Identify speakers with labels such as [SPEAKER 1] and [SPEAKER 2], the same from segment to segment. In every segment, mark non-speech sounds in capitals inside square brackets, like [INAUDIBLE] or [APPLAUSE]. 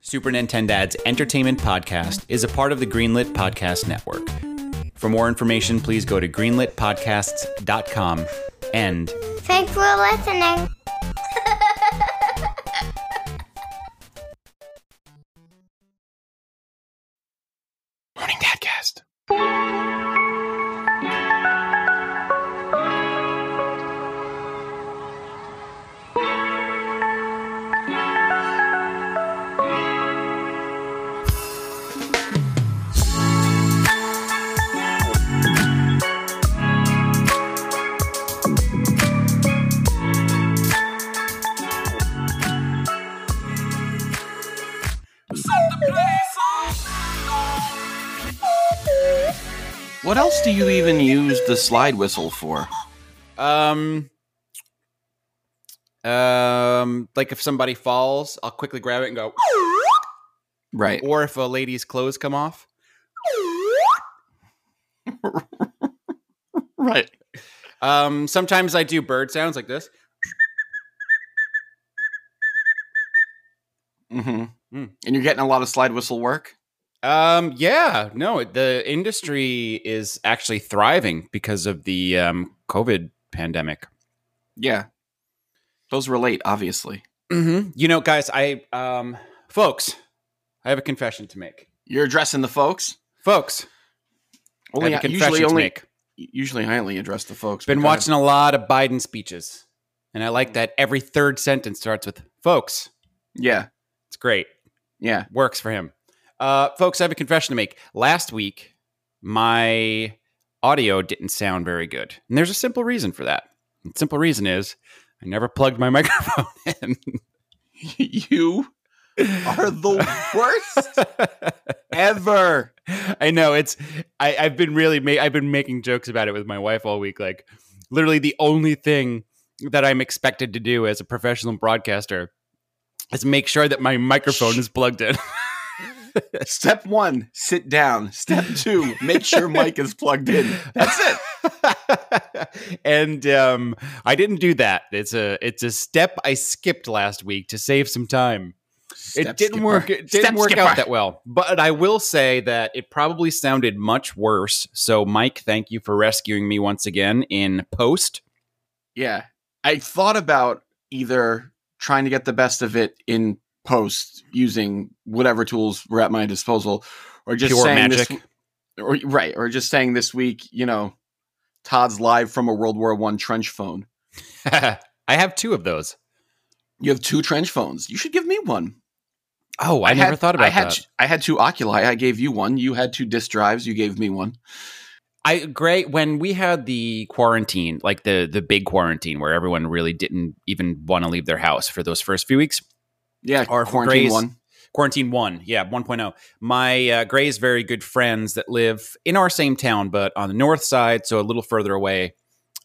[SPEAKER 1] Super Nintendad's entertainment podcast is a part of the Greenlit Podcast Network. For more information, please go to greenlitpodcasts.com and
[SPEAKER 2] Thanks for listening.
[SPEAKER 1] Morning Dadcast.
[SPEAKER 3] What else do you even use the slide whistle for?
[SPEAKER 1] Um, um, like if somebody falls, I'll quickly grab it and go.
[SPEAKER 3] Right.
[SPEAKER 1] Or if a lady's clothes come off,
[SPEAKER 3] Right.
[SPEAKER 1] um, sometimes I do bird sounds like this.
[SPEAKER 3] Mm-hmm.
[SPEAKER 1] Mm.
[SPEAKER 3] And you're getting a lot of slide whistle work?
[SPEAKER 1] Um, yeah, no, the industry is actually thriving because of the um, COVID pandemic.
[SPEAKER 3] Yeah. Those relate, obviously.
[SPEAKER 1] Mm-hmm. You know, guys, I, um, folks, I have a confession to make.
[SPEAKER 3] You're addressing the folks?
[SPEAKER 1] Folks, I
[SPEAKER 3] Only,
[SPEAKER 1] have a confession
[SPEAKER 3] usually
[SPEAKER 1] to
[SPEAKER 3] only
[SPEAKER 1] make.
[SPEAKER 3] usually I only address the folks.
[SPEAKER 1] Been
[SPEAKER 3] but go
[SPEAKER 1] watching a lot of Biden speeches, and I like that every third sentence starts with "folks."
[SPEAKER 3] ahead. Yeah.
[SPEAKER 1] It's great.
[SPEAKER 3] Yeah. [LAUGHS]
[SPEAKER 1] Works for him. Uh, folks, I have a confession to make. Last week, my audio didn't sound very good, and there's a simple reason for that. The simple reason is I never plugged my [LAUGHS] microphone in.
[SPEAKER 3] you
[SPEAKER 1] [LAUGHS]
[SPEAKER 3] are the worst ever.
[SPEAKER 1] I know it's. I, I've been really. Ma- I've been making jokes about it with my wife all week. Like, literally, the only thing that I'm expected to do as a professional broadcaster is make sure that my microphone is plugged in.
[SPEAKER 3] Step one, sit down. Step two, make
[SPEAKER 1] [LAUGHS]
[SPEAKER 3] sure mic is plugged in. That's it.
[SPEAKER 1] it. [LAUGHS] and um, I didn't do that. It's a it's a step I skipped last week to save some time. it
[SPEAKER 3] Step
[SPEAKER 1] didn't
[SPEAKER 3] skipper.
[SPEAKER 1] work. It didn't
[SPEAKER 3] Step
[SPEAKER 1] work
[SPEAKER 3] skipper.
[SPEAKER 1] out that well. But I will say that it probably sounded much worse. So, Mike, thank you for rescuing me once again in post. [LAUGHS]
[SPEAKER 3] Yeah. I thought about either trying to get the best of it in post using whatever tools were at my disposal or just
[SPEAKER 1] Pure
[SPEAKER 3] saying this-
[SPEAKER 1] magic.
[SPEAKER 3] or right or just saying this week, you know, Todd's live from a World War 1 trench phone.
[SPEAKER 1] I have two of those.
[SPEAKER 3] You have two trench phones. You should give me one.
[SPEAKER 1] Oh, I, never
[SPEAKER 3] had-
[SPEAKER 1] thought about
[SPEAKER 3] I had
[SPEAKER 1] that.
[SPEAKER 3] t- I had two Oculi. I gave you one. You had two disk drives. You gave me one.
[SPEAKER 1] I great when we had the quarantine, like the the big quarantine where everyone really didn't even want to leave their house for those first few weeks.
[SPEAKER 3] Yeah,
[SPEAKER 1] Or
[SPEAKER 3] quarantine
[SPEAKER 1] Gray's-
[SPEAKER 3] one.
[SPEAKER 1] quarantine one yeah 1.0 my uh, gray's very good friends that live in our same town but on the north side so a little further away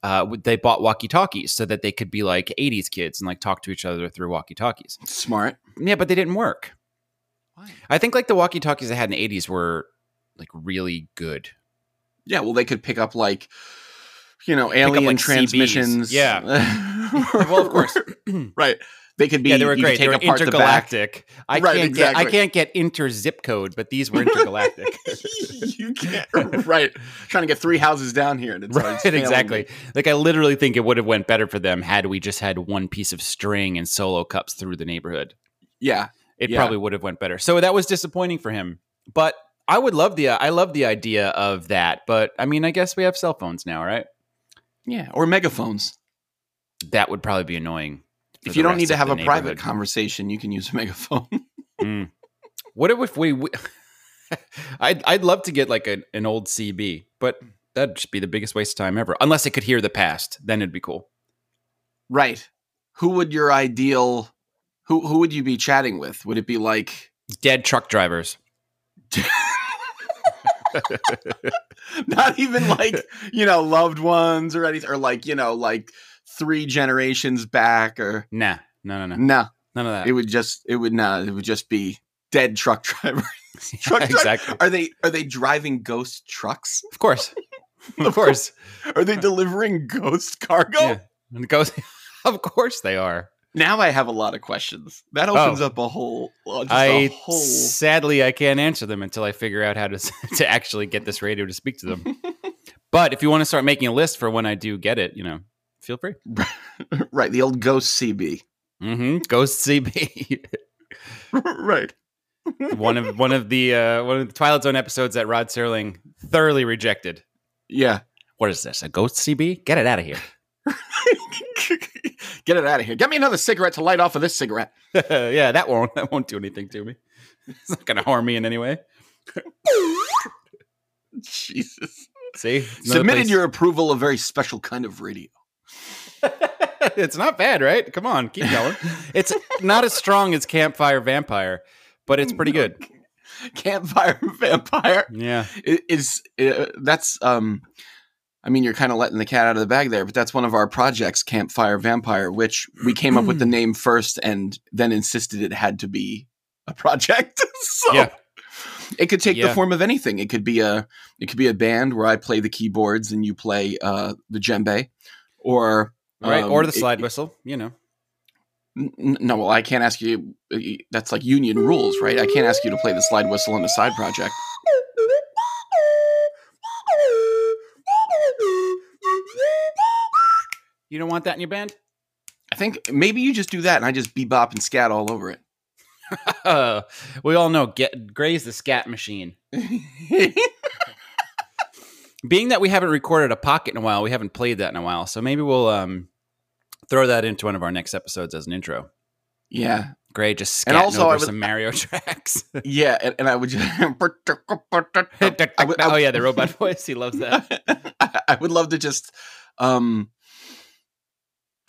[SPEAKER 1] uh, w- they bought walkie talkies so that they could be like 80s kids and like talk to each other through walkie talkies
[SPEAKER 3] Smart.
[SPEAKER 1] yeah but they didn't work
[SPEAKER 3] Why?
[SPEAKER 1] i think like the walkie talkies i had in the 80s were like really good
[SPEAKER 3] Yeah, well, they could pick up like, you know, alien
[SPEAKER 1] like,
[SPEAKER 3] transmissions.
[SPEAKER 1] CBs.
[SPEAKER 3] [LAUGHS]
[SPEAKER 1] Yeah.
[SPEAKER 3] well,
[SPEAKER 1] of course.
[SPEAKER 3] [CLEARS THROAT] right. They could be.
[SPEAKER 1] yeah they were
[SPEAKER 3] you could
[SPEAKER 1] great
[SPEAKER 3] Take
[SPEAKER 1] they were
[SPEAKER 3] apart
[SPEAKER 1] intergalactic i
[SPEAKER 3] Right,
[SPEAKER 1] can't get i
[SPEAKER 3] exactly.
[SPEAKER 1] can't get inter zip code but these
[SPEAKER 3] [LAUGHS]
[SPEAKER 1] were intergalactic [LAUGHS]
[SPEAKER 3] The back. you can't. Right. Trying to get three houses down here, and it's,
[SPEAKER 1] Right,
[SPEAKER 3] it's failing
[SPEAKER 1] exactly.
[SPEAKER 3] me.
[SPEAKER 1] Like I literally think it would have went better for them had we just had one piece of string and solo cups through the neighborhood.
[SPEAKER 3] Yeah.
[SPEAKER 1] It
[SPEAKER 3] Yeah.
[SPEAKER 1] probably would have went better. So that was disappointing for him. But I would love the I love the idea of that. But I mean, I guess we have cell phones now, right?
[SPEAKER 3] Yeah. Or megaphones.
[SPEAKER 1] That would probably be annoying. for
[SPEAKER 3] if
[SPEAKER 1] the
[SPEAKER 3] you don't
[SPEAKER 1] rest
[SPEAKER 3] need to
[SPEAKER 1] of
[SPEAKER 3] have
[SPEAKER 1] the
[SPEAKER 3] a private
[SPEAKER 1] neighborhood.
[SPEAKER 3] conversation, you can use a [LAUGHS] megaphone.
[SPEAKER 1] Mm. What if we? [LAUGHS] we I'd I'd love to get like an, an old CB, but that'd just be the biggest waste of time ever. Unless it could hear the past, then it'd be cool.
[SPEAKER 3] right. Who would your ideal? Who Who would you be chatting with? Would it be like?
[SPEAKER 1] Dead truck drivers.
[SPEAKER 3] [LAUGHS] not even like you know loved ones or anything or like you know like three generations back or
[SPEAKER 1] Nah, no, no, no,
[SPEAKER 3] no
[SPEAKER 1] none of that.
[SPEAKER 3] it would just it would not it would just be dead truck [LAUGHS] drivers truck dri-
[SPEAKER 1] exactly.
[SPEAKER 3] are they are they driving ghost trucks [LAUGHS]
[SPEAKER 1] Of course. of course.
[SPEAKER 3] are they delivering ghost
[SPEAKER 1] [LAUGHS]
[SPEAKER 3] cargo
[SPEAKER 1] Yeah. And it goes, of course they are.
[SPEAKER 3] Now I have a lot of questions. That opens up a whole. uh, Just a
[SPEAKER 1] I
[SPEAKER 3] whole.
[SPEAKER 1] sadly I can't answer them until I figure out how to [LAUGHS] to actually get this radio to speak to them.
[SPEAKER 3] [LAUGHS]
[SPEAKER 1] but if you want to start making a list for when I do get it, you know, feel free.
[SPEAKER 3] [LAUGHS] right, the old ghost CB.
[SPEAKER 1] Mm-hmm. Ghost CB,
[SPEAKER 3] right.
[SPEAKER 1] [LAUGHS] one of one of the uh, one of the Twilight Zone episodes that Rod Serling thoroughly rejected.
[SPEAKER 3] Yeah. [LAUGHS]
[SPEAKER 1] What is this? A ghost CB? Get it out of here. [LAUGHS]
[SPEAKER 3] Get it out of here. Get me another cigarette to light off of this cigarette.
[SPEAKER 1] yeah, that won't that won't do anything to me. [LAUGHS] It's not going to harm me in any way.
[SPEAKER 3] Jesus.
[SPEAKER 1] See, It's another
[SPEAKER 3] Submitted
[SPEAKER 1] place-
[SPEAKER 3] your approval of very special kind of radio. [LAUGHS]
[SPEAKER 1] [LAUGHS] it's not bad, right? Come on, keep
[SPEAKER 3] [LAUGHS]
[SPEAKER 1] going. It's not as strong as Campfire Vampire, but
[SPEAKER 3] Oh
[SPEAKER 1] it's pretty good.
[SPEAKER 3] Campfire [LAUGHS] vampire.
[SPEAKER 1] Yeah.
[SPEAKER 3] i- is uh, that's um i mean you're kind of letting the cat out of the bag there but that's one of our projects campfire vampire which we came up
[SPEAKER 1] [CLEARS THROAT]
[SPEAKER 3] with the name first and then insisted it had to be a project [LAUGHS] so
[SPEAKER 1] Yeah.
[SPEAKER 3] it could take
[SPEAKER 1] Yeah.
[SPEAKER 3] the form of anything it could be a it could be a band where i play the keyboards and you play uh the djembe or
[SPEAKER 1] Right.
[SPEAKER 3] um,
[SPEAKER 1] or the
[SPEAKER 3] it-
[SPEAKER 1] slide whistle, you know.
[SPEAKER 3] N- n- no well i can't ask you uh, y- that's like union rules right i can't ask you to play the slide whistle on a side project
[SPEAKER 1] You don't want that in your band? [LAUGHS]
[SPEAKER 3] i think maybe you just do that and i just bebop and scat all over it [LAUGHS]
[SPEAKER 1] we all know get Gray's the scat machine. Being that we haven't recorded a pocket in a while, we haven't played that in a while. So maybe we'll um throw that into one of our next episodes as an intro.
[SPEAKER 3] yeah,
[SPEAKER 1] Gray just
[SPEAKER 3] And
[SPEAKER 1] scatting
[SPEAKER 3] also
[SPEAKER 1] over
[SPEAKER 3] I would-
[SPEAKER 1] some Mario [LAUGHS] tracks.
[SPEAKER 3] yeah, and, and [LAUGHS] I would just. [LAUGHS] I would- I
[SPEAKER 1] oh
[SPEAKER 3] would-
[SPEAKER 1] yeah, the robot [LAUGHS] voice. He loves that.
[SPEAKER 3] I I would love to just um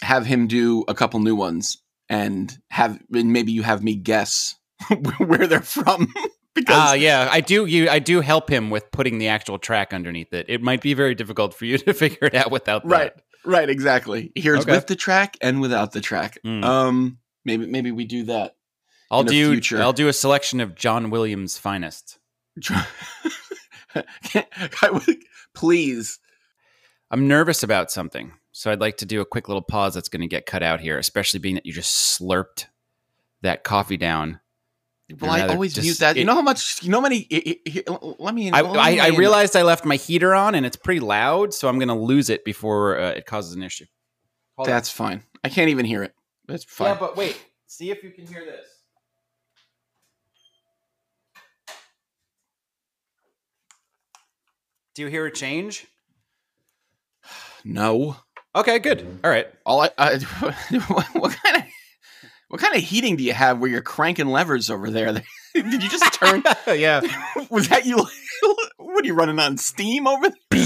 [SPEAKER 3] have him do a couple new ones and have and maybe you have me guess [LAUGHS] where they're from [LAUGHS] because
[SPEAKER 1] Ah, yeah, I do. You, I do help him with putting the actual track underneath it. It might be very difficult for you [LAUGHS] to figure it out without that.
[SPEAKER 3] right right exactly here's
[SPEAKER 1] Okay.
[SPEAKER 3] with the track and without the track
[SPEAKER 1] Hmm.
[SPEAKER 3] um maybe maybe we do that [LAUGHS]
[SPEAKER 1] I'll
[SPEAKER 3] in the
[SPEAKER 1] do.
[SPEAKER 3] future.
[SPEAKER 1] I'll do a selection of John Williams' finest.
[SPEAKER 3] I would, please
[SPEAKER 1] I'm nervous about something, so I'd like to do a quick little pause that's going to get cut out here, especially being that you just slurped that coffee down.
[SPEAKER 3] Well,
[SPEAKER 1] I'd
[SPEAKER 3] I
[SPEAKER 1] rather
[SPEAKER 3] always mute
[SPEAKER 1] just-
[SPEAKER 3] that.
[SPEAKER 1] it-
[SPEAKER 3] you know how much? You know how many? i- i- i- let me.
[SPEAKER 1] I,
[SPEAKER 3] let
[SPEAKER 1] I,
[SPEAKER 3] me
[SPEAKER 1] I realized I left my heater on and it's pretty loud, so I'm going to lose it before uh, it causes an issue. Hold on.
[SPEAKER 3] that's fine. I can't even hear it. That's fine.
[SPEAKER 1] Yeah, but wait. See if you can hear this. Do you hear a change?
[SPEAKER 3] no.
[SPEAKER 1] Okay, good. All right. [LAUGHS]
[SPEAKER 3] All I, I [LAUGHS] what, kind of what kind of heating do you have where you're cranking levers over there? [LAUGHS] Did you just
[SPEAKER 1] [LAUGHS]
[SPEAKER 3] turn?
[SPEAKER 1] yeah.
[SPEAKER 3] was that you? [LAUGHS] what are you running on steam over there?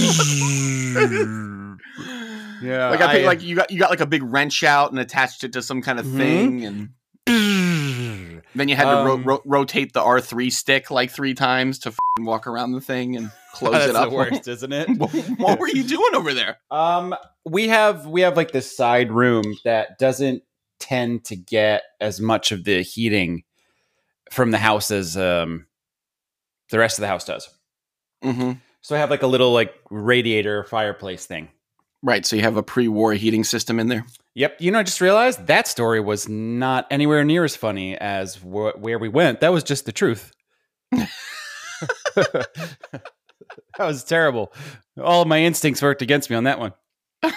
[SPEAKER 1] Yeah,
[SPEAKER 3] Like I, Mm-hmm. think
[SPEAKER 1] I- [LAUGHS]
[SPEAKER 3] like you got you got like a big wrench out and attached it to some kind of
[SPEAKER 1] Mhm.
[SPEAKER 3] thing, and then you had to ro-
[SPEAKER 1] Um,
[SPEAKER 3] ro- rotate the R three stick like three times to fing walk around the thing [LAUGHS] and close
[SPEAKER 1] That's
[SPEAKER 3] it up.
[SPEAKER 1] the worst, isn't it?
[SPEAKER 3] [LAUGHS] what, what were you doing over there?
[SPEAKER 1] [LAUGHS] Um, we have we have like this side room that doesn't tend to get as much of the heating from the house as um the rest of the house does.
[SPEAKER 3] Mm-hmm.
[SPEAKER 1] So I have like a little like radiator fireplace thing.
[SPEAKER 3] Right. So you have a pre-war heating system in there.
[SPEAKER 1] Yep. You know, I just realized that story was not anywhere near as funny as wh- where we went. That was just the truth. [LAUGHS] that was terrible. All of my instincts worked against me on that one.
[SPEAKER 3] [LAUGHS]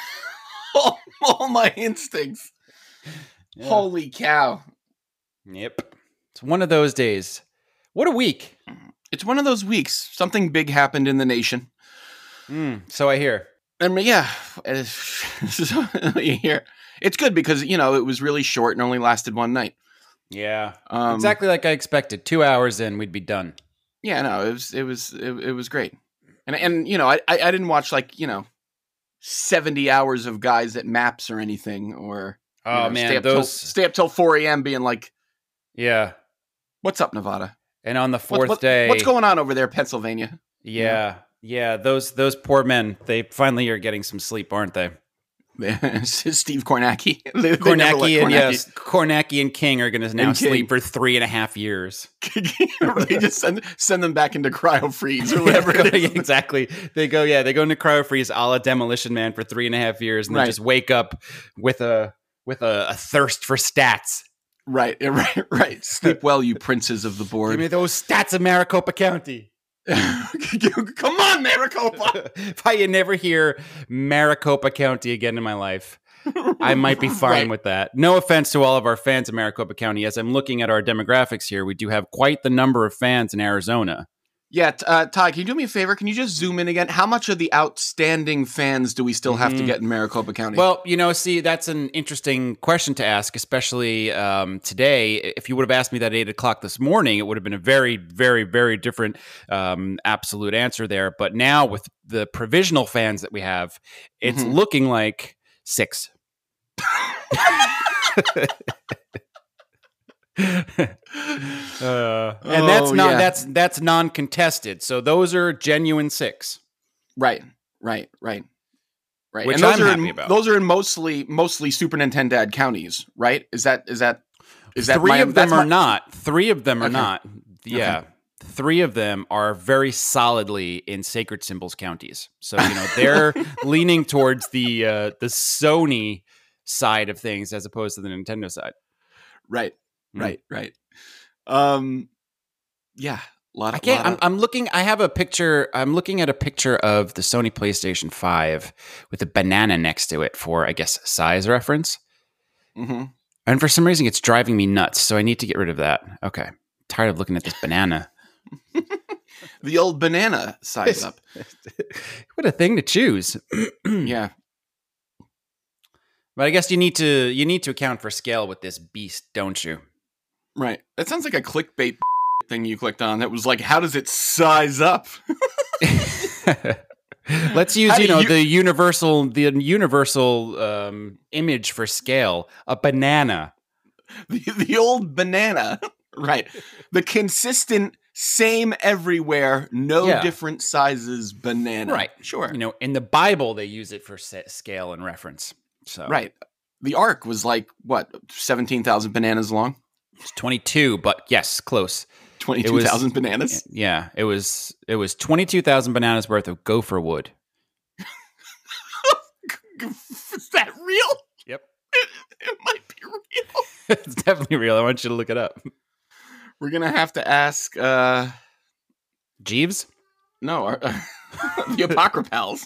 [SPEAKER 3] all, all my instincts. Holy cow!
[SPEAKER 1] Yep. It's one of those days. What a week.
[SPEAKER 3] It's one of those weeks. Something big happened in the nation.
[SPEAKER 1] Mm, so I hear.
[SPEAKER 3] I mean, yeah, [LAUGHS] it's, [LAUGHS] here it's good because you know it was really short and only lasted one night.
[SPEAKER 1] Yeah.
[SPEAKER 3] Um,
[SPEAKER 1] exactly like I expected. Two hours in, we'd be done.
[SPEAKER 3] Yeah, no, it was it was it, it was great, and and you know I, I I didn't watch like you know seventy hours of guys at maps or anything or you
[SPEAKER 1] Oh,
[SPEAKER 3] know, stay
[SPEAKER 1] man.
[SPEAKER 3] up till-
[SPEAKER 1] Those.
[SPEAKER 3] stay up till four a.m. being like
[SPEAKER 1] Yeah.
[SPEAKER 3] what's up Nevada
[SPEAKER 1] And on the
[SPEAKER 3] What-
[SPEAKER 1] fourth
[SPEAKER 3] what-
[SPEAKER 1] day.
[SPEAKER 3] what's going on over there Pennsylvania [LAUGHS]
[SPEAKER 1] Yeah. Yeah. Those those poor men, they finally are getting some sleep, aren't they?
[SPEAKER 3] Steve Kornacki [LAUGHS] They- they never let
[SPEAKER 1] Kornacki and
[SPEAKER 3] [LAUGHS]
[SPEAKER 1] yes, Kornacki and King are going to now
[SPEAKER 3] And King.
[SPEAKER 1] sleep for three and a half years.
[SPEAKER 3] [LAUGHS] they just send send them back into
[SPEAKER 1] [LAUGHS]
[SPEAKER 3] cryo freeze or whatever it is.
[SPEAKER 1] exactly. They go, yeah, they go into cryo freeze a la Demolition Man for three and a half years, and
[SPEAKER 3] Right.
[SPEAKER 1] they just wake up with a with a, a thirst for stats.
[SPEAKER 3] [LAUGHS] Right, yeah, right, right. Sleep well, you princes of the
[SPEAKER 1] Give me
[SPEAKER 3] board.
[SPEAKER 1] those stats of Maricopa County.
[SPEAKER 3] [LAUGHS] Come on, Maricopa.
[SPEAKER 1] [LAUGHS] if I never hear Maricopa County again in my life, I might be fine
[SPEAKER 3] Right.
[SPEAKER 1] with that. No offense to all of our fans in Maricopa County. As I'm looking at our demographics here, we do have quite the number of fans in Arizona.
[SPEAKER 3] Yeah, t- uh, Todd, can you do me a favor? Can you just zoom in again? How much of the outstanding fans do we still have to
[SPEAKER 1] Mhm.
[SPEAKER 3] get in Maricopa County?
[SPEAKER 1] Well, you know, see, that's an interesting question to ask, especially um, today. If you would have asked me that at eight o'clock this morning, it would have been a very, very, very different um, absolute answer there. But now, with the provisional fans that we have, it's
[SPEAKER 3] Mhm.
[SPEAKER 1] looking like six. [LAUGHS] Uh, and that's
[SPEAKER 3] Oh,
[SPEAKER 1] not
[SPEAKER 3] yeah.
[SPEAKER 1] that's that's non-contested. So those are genuine six.
[SPEAKER 3] right, right, right, right.
[SPEAKER 1] Which
[SPEAKER 3] and those
[SPEAKER 1] I'm
[SPEAKER 3] are
[SPEAKER 1] happy
[SPEAKER 3] in,
[SPEAKER 1] about.
[SPEAKER 3] Those are in mostly mostly Super Nintendad counties, right? Is that is that is that
[SPEAKER 1] three
[SPEAKER 3] my-
[SPEAKER 1] of them
[SPEAKER 3] that's
[SPEAKER 1] are
[SPEAKER 3] my-
[SPEAKER 1] not. Three of them are
[SPEAKER 3] Okay.
[SPEAKER 1] not. Yeah. Three of them are very solidly in sacred symbols counties. So, you know, [LAUGHS] they're leaning towards the uh the Sony side of things as opposed to the Nintendo side.
[SPEAKER 3] right,
[SPEAKER 1] Mm.
[SPEAKER 3] right, right. Um, yeah, lot. Of,
[SPEAKER 1] I can't.
[SPEAKER 3] lot
[SPEAKER 1] I'm,
[SPEAKER 3] of-
[SPEAKER 1] I'm looking. I have a picture. I'm looking at a picture of the Sony PlayStation 5 with a banana next to it for, I guess, size reference.
[SPEAKER 3] Mhm.
[SPEAKER 1] And for some reason, it's driving me nuts. So I need to get rid of that. Okay. Tired of looking at this banana.
[SPEAKER 3] The old banana size up.
[SPEAKER 1] [LAUGHS] what a thing to choose. Hmm.
[SPEAKER 3] Yeah,
[SPEAKER 1] But I guess you need to you need to account for scale with this beast, don't
[SPEAKER 3] [LAUGHS]
[SPEAKER 1] you?
[SPEAKER 3] right. That sounds like a clickbait thing you clicked on. That was like, how does it size up?
[SPEAKER 1] Let's use
[SPEAKER 3] How
[SPEAKER 1] you
[SPEAKER 3] do
[SPEAKER 1] know
[SPEAKER 3] you-
[SPEAKER 1] the universal the universal um, image for scale a banana.
[SPEAKER 3] [LAUGHS] the, the old banana [LAUGHS] right the consistent same everywhere no
[SPEAKER 1] Yeah.
[SPEAKER 3] different sizes banana
[SPEAKER 1] Right.
[SPEAKER 3] sure
[SPEAKER 1] You know, in the Bible they use it for sa- scale and reference. So
[SPEAKER 3] right the ark was like what 17,000 bananas long
[SPEAKER 1] it's twenty two, but yes, close.
[SPEAKER 3] 22,000 bananas
[SPEAKER 1] Yeah, it was it was twenty two thousand bananas worth of gopher wood. [LAUGHS]
[SPEAKER 3] [LAUGHS] is that real
[SPEAKER 1] Yep,
[SPEAKER 3] [LAUGHS] it might be real
[SPEAKER 1] it's definitely real. I want you to look it up.
[SPEAKER 3] we're going to have to ask uh
[SPEAKER 1] Jeeves.
[SPEAKER 3] no our, [LAUGHS] the
[SPEAKER 1] [LAUGHS]
[SPEAKER 3] apocryphals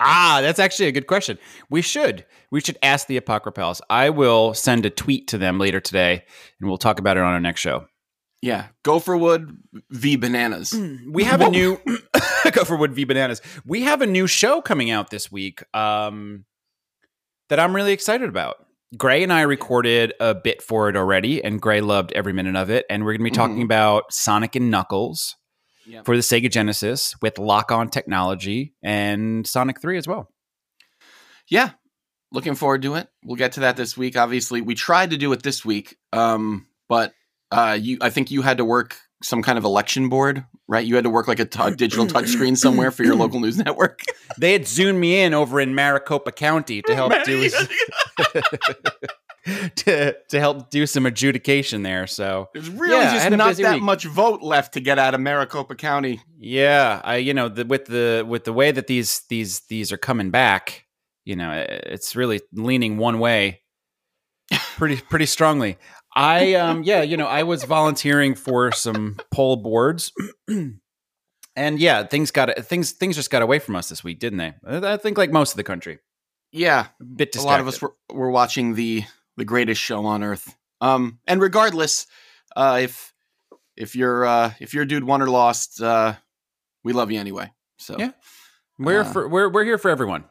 [SPEAKER 1] Ah, that's actually a good question. We should. We should ask the Apocryphals. I will send a tweet to them later today and we'll talk about it on our next show.
[SPEAKER 3] yeah gopher wood v bananas
[SPEAKER 1] Mm. We have a [LAUGHS]
[SPEAKER 3] Whoa.
[SPEAKER 1] new go for would be bananas. We have a new show coming out this week um, that I'm really excited about. Gray and I recorded a bit for it already, and Gray loved every minute of it. And we're going to be talking
[SPEAKER 3] Mhm.
[SPEAKER 1] about Sonic and Knuckles
[SPEAKER 3] Yep.
[SPEAKER 1] for the Sega Genesis with lock-on technology and Sonic Three as well.
[SPEAKER 3] yeah looking forward to it we'll get to that this week obviously we tried to do it this week um but uh you i think you had to work some kind of election board right you had to work like a t- digital touchscreen somewhere for your local news network
[SPEAKER 1] They had zoomed me in over in Maricopa County to
[SPEAKER 3] [LAUGHS]
[SPEAKER 1] help do. to to help do some adjudication there. So
[SPEAKER 3] there's really
[SPEAKER 1] Yeah, I
[SPEAKER 3] just
[SPEAKER 1] had a
[SPEAKER 3] not
[SPEAKER 1] busy
[SPEAKER 3] that
[SPEAKER 1] week.
[SPEAKER 3] much vote left to get out of maricopa county
[SPEAKER 1] yeah, I you know the, with the with the way that these these these are coming back, you know, i- it's really leaning one way, pretty pretty strongly. I um yeah you know I was volunteering for some poll boards. [CLEARS THROAT] And yeah, things got things things just got away from us this week, didn't they? I I think like most of the country,
[SPEAKER 3] yeah
[SPEAKER 1] a bit
[SPEAKER 3] a
[SPEAKER 1] distracted.
[SPEAKER 3] lot of us were, were watching the the greatest show on earth um and regardless uh if if you're uh if your dude won or lost uh we love you anyway so
[SPEAKER 1] Yeah. we're
[SPEAKER 3] uh,
[SPEAKER 1] for, we're we're here for everyone.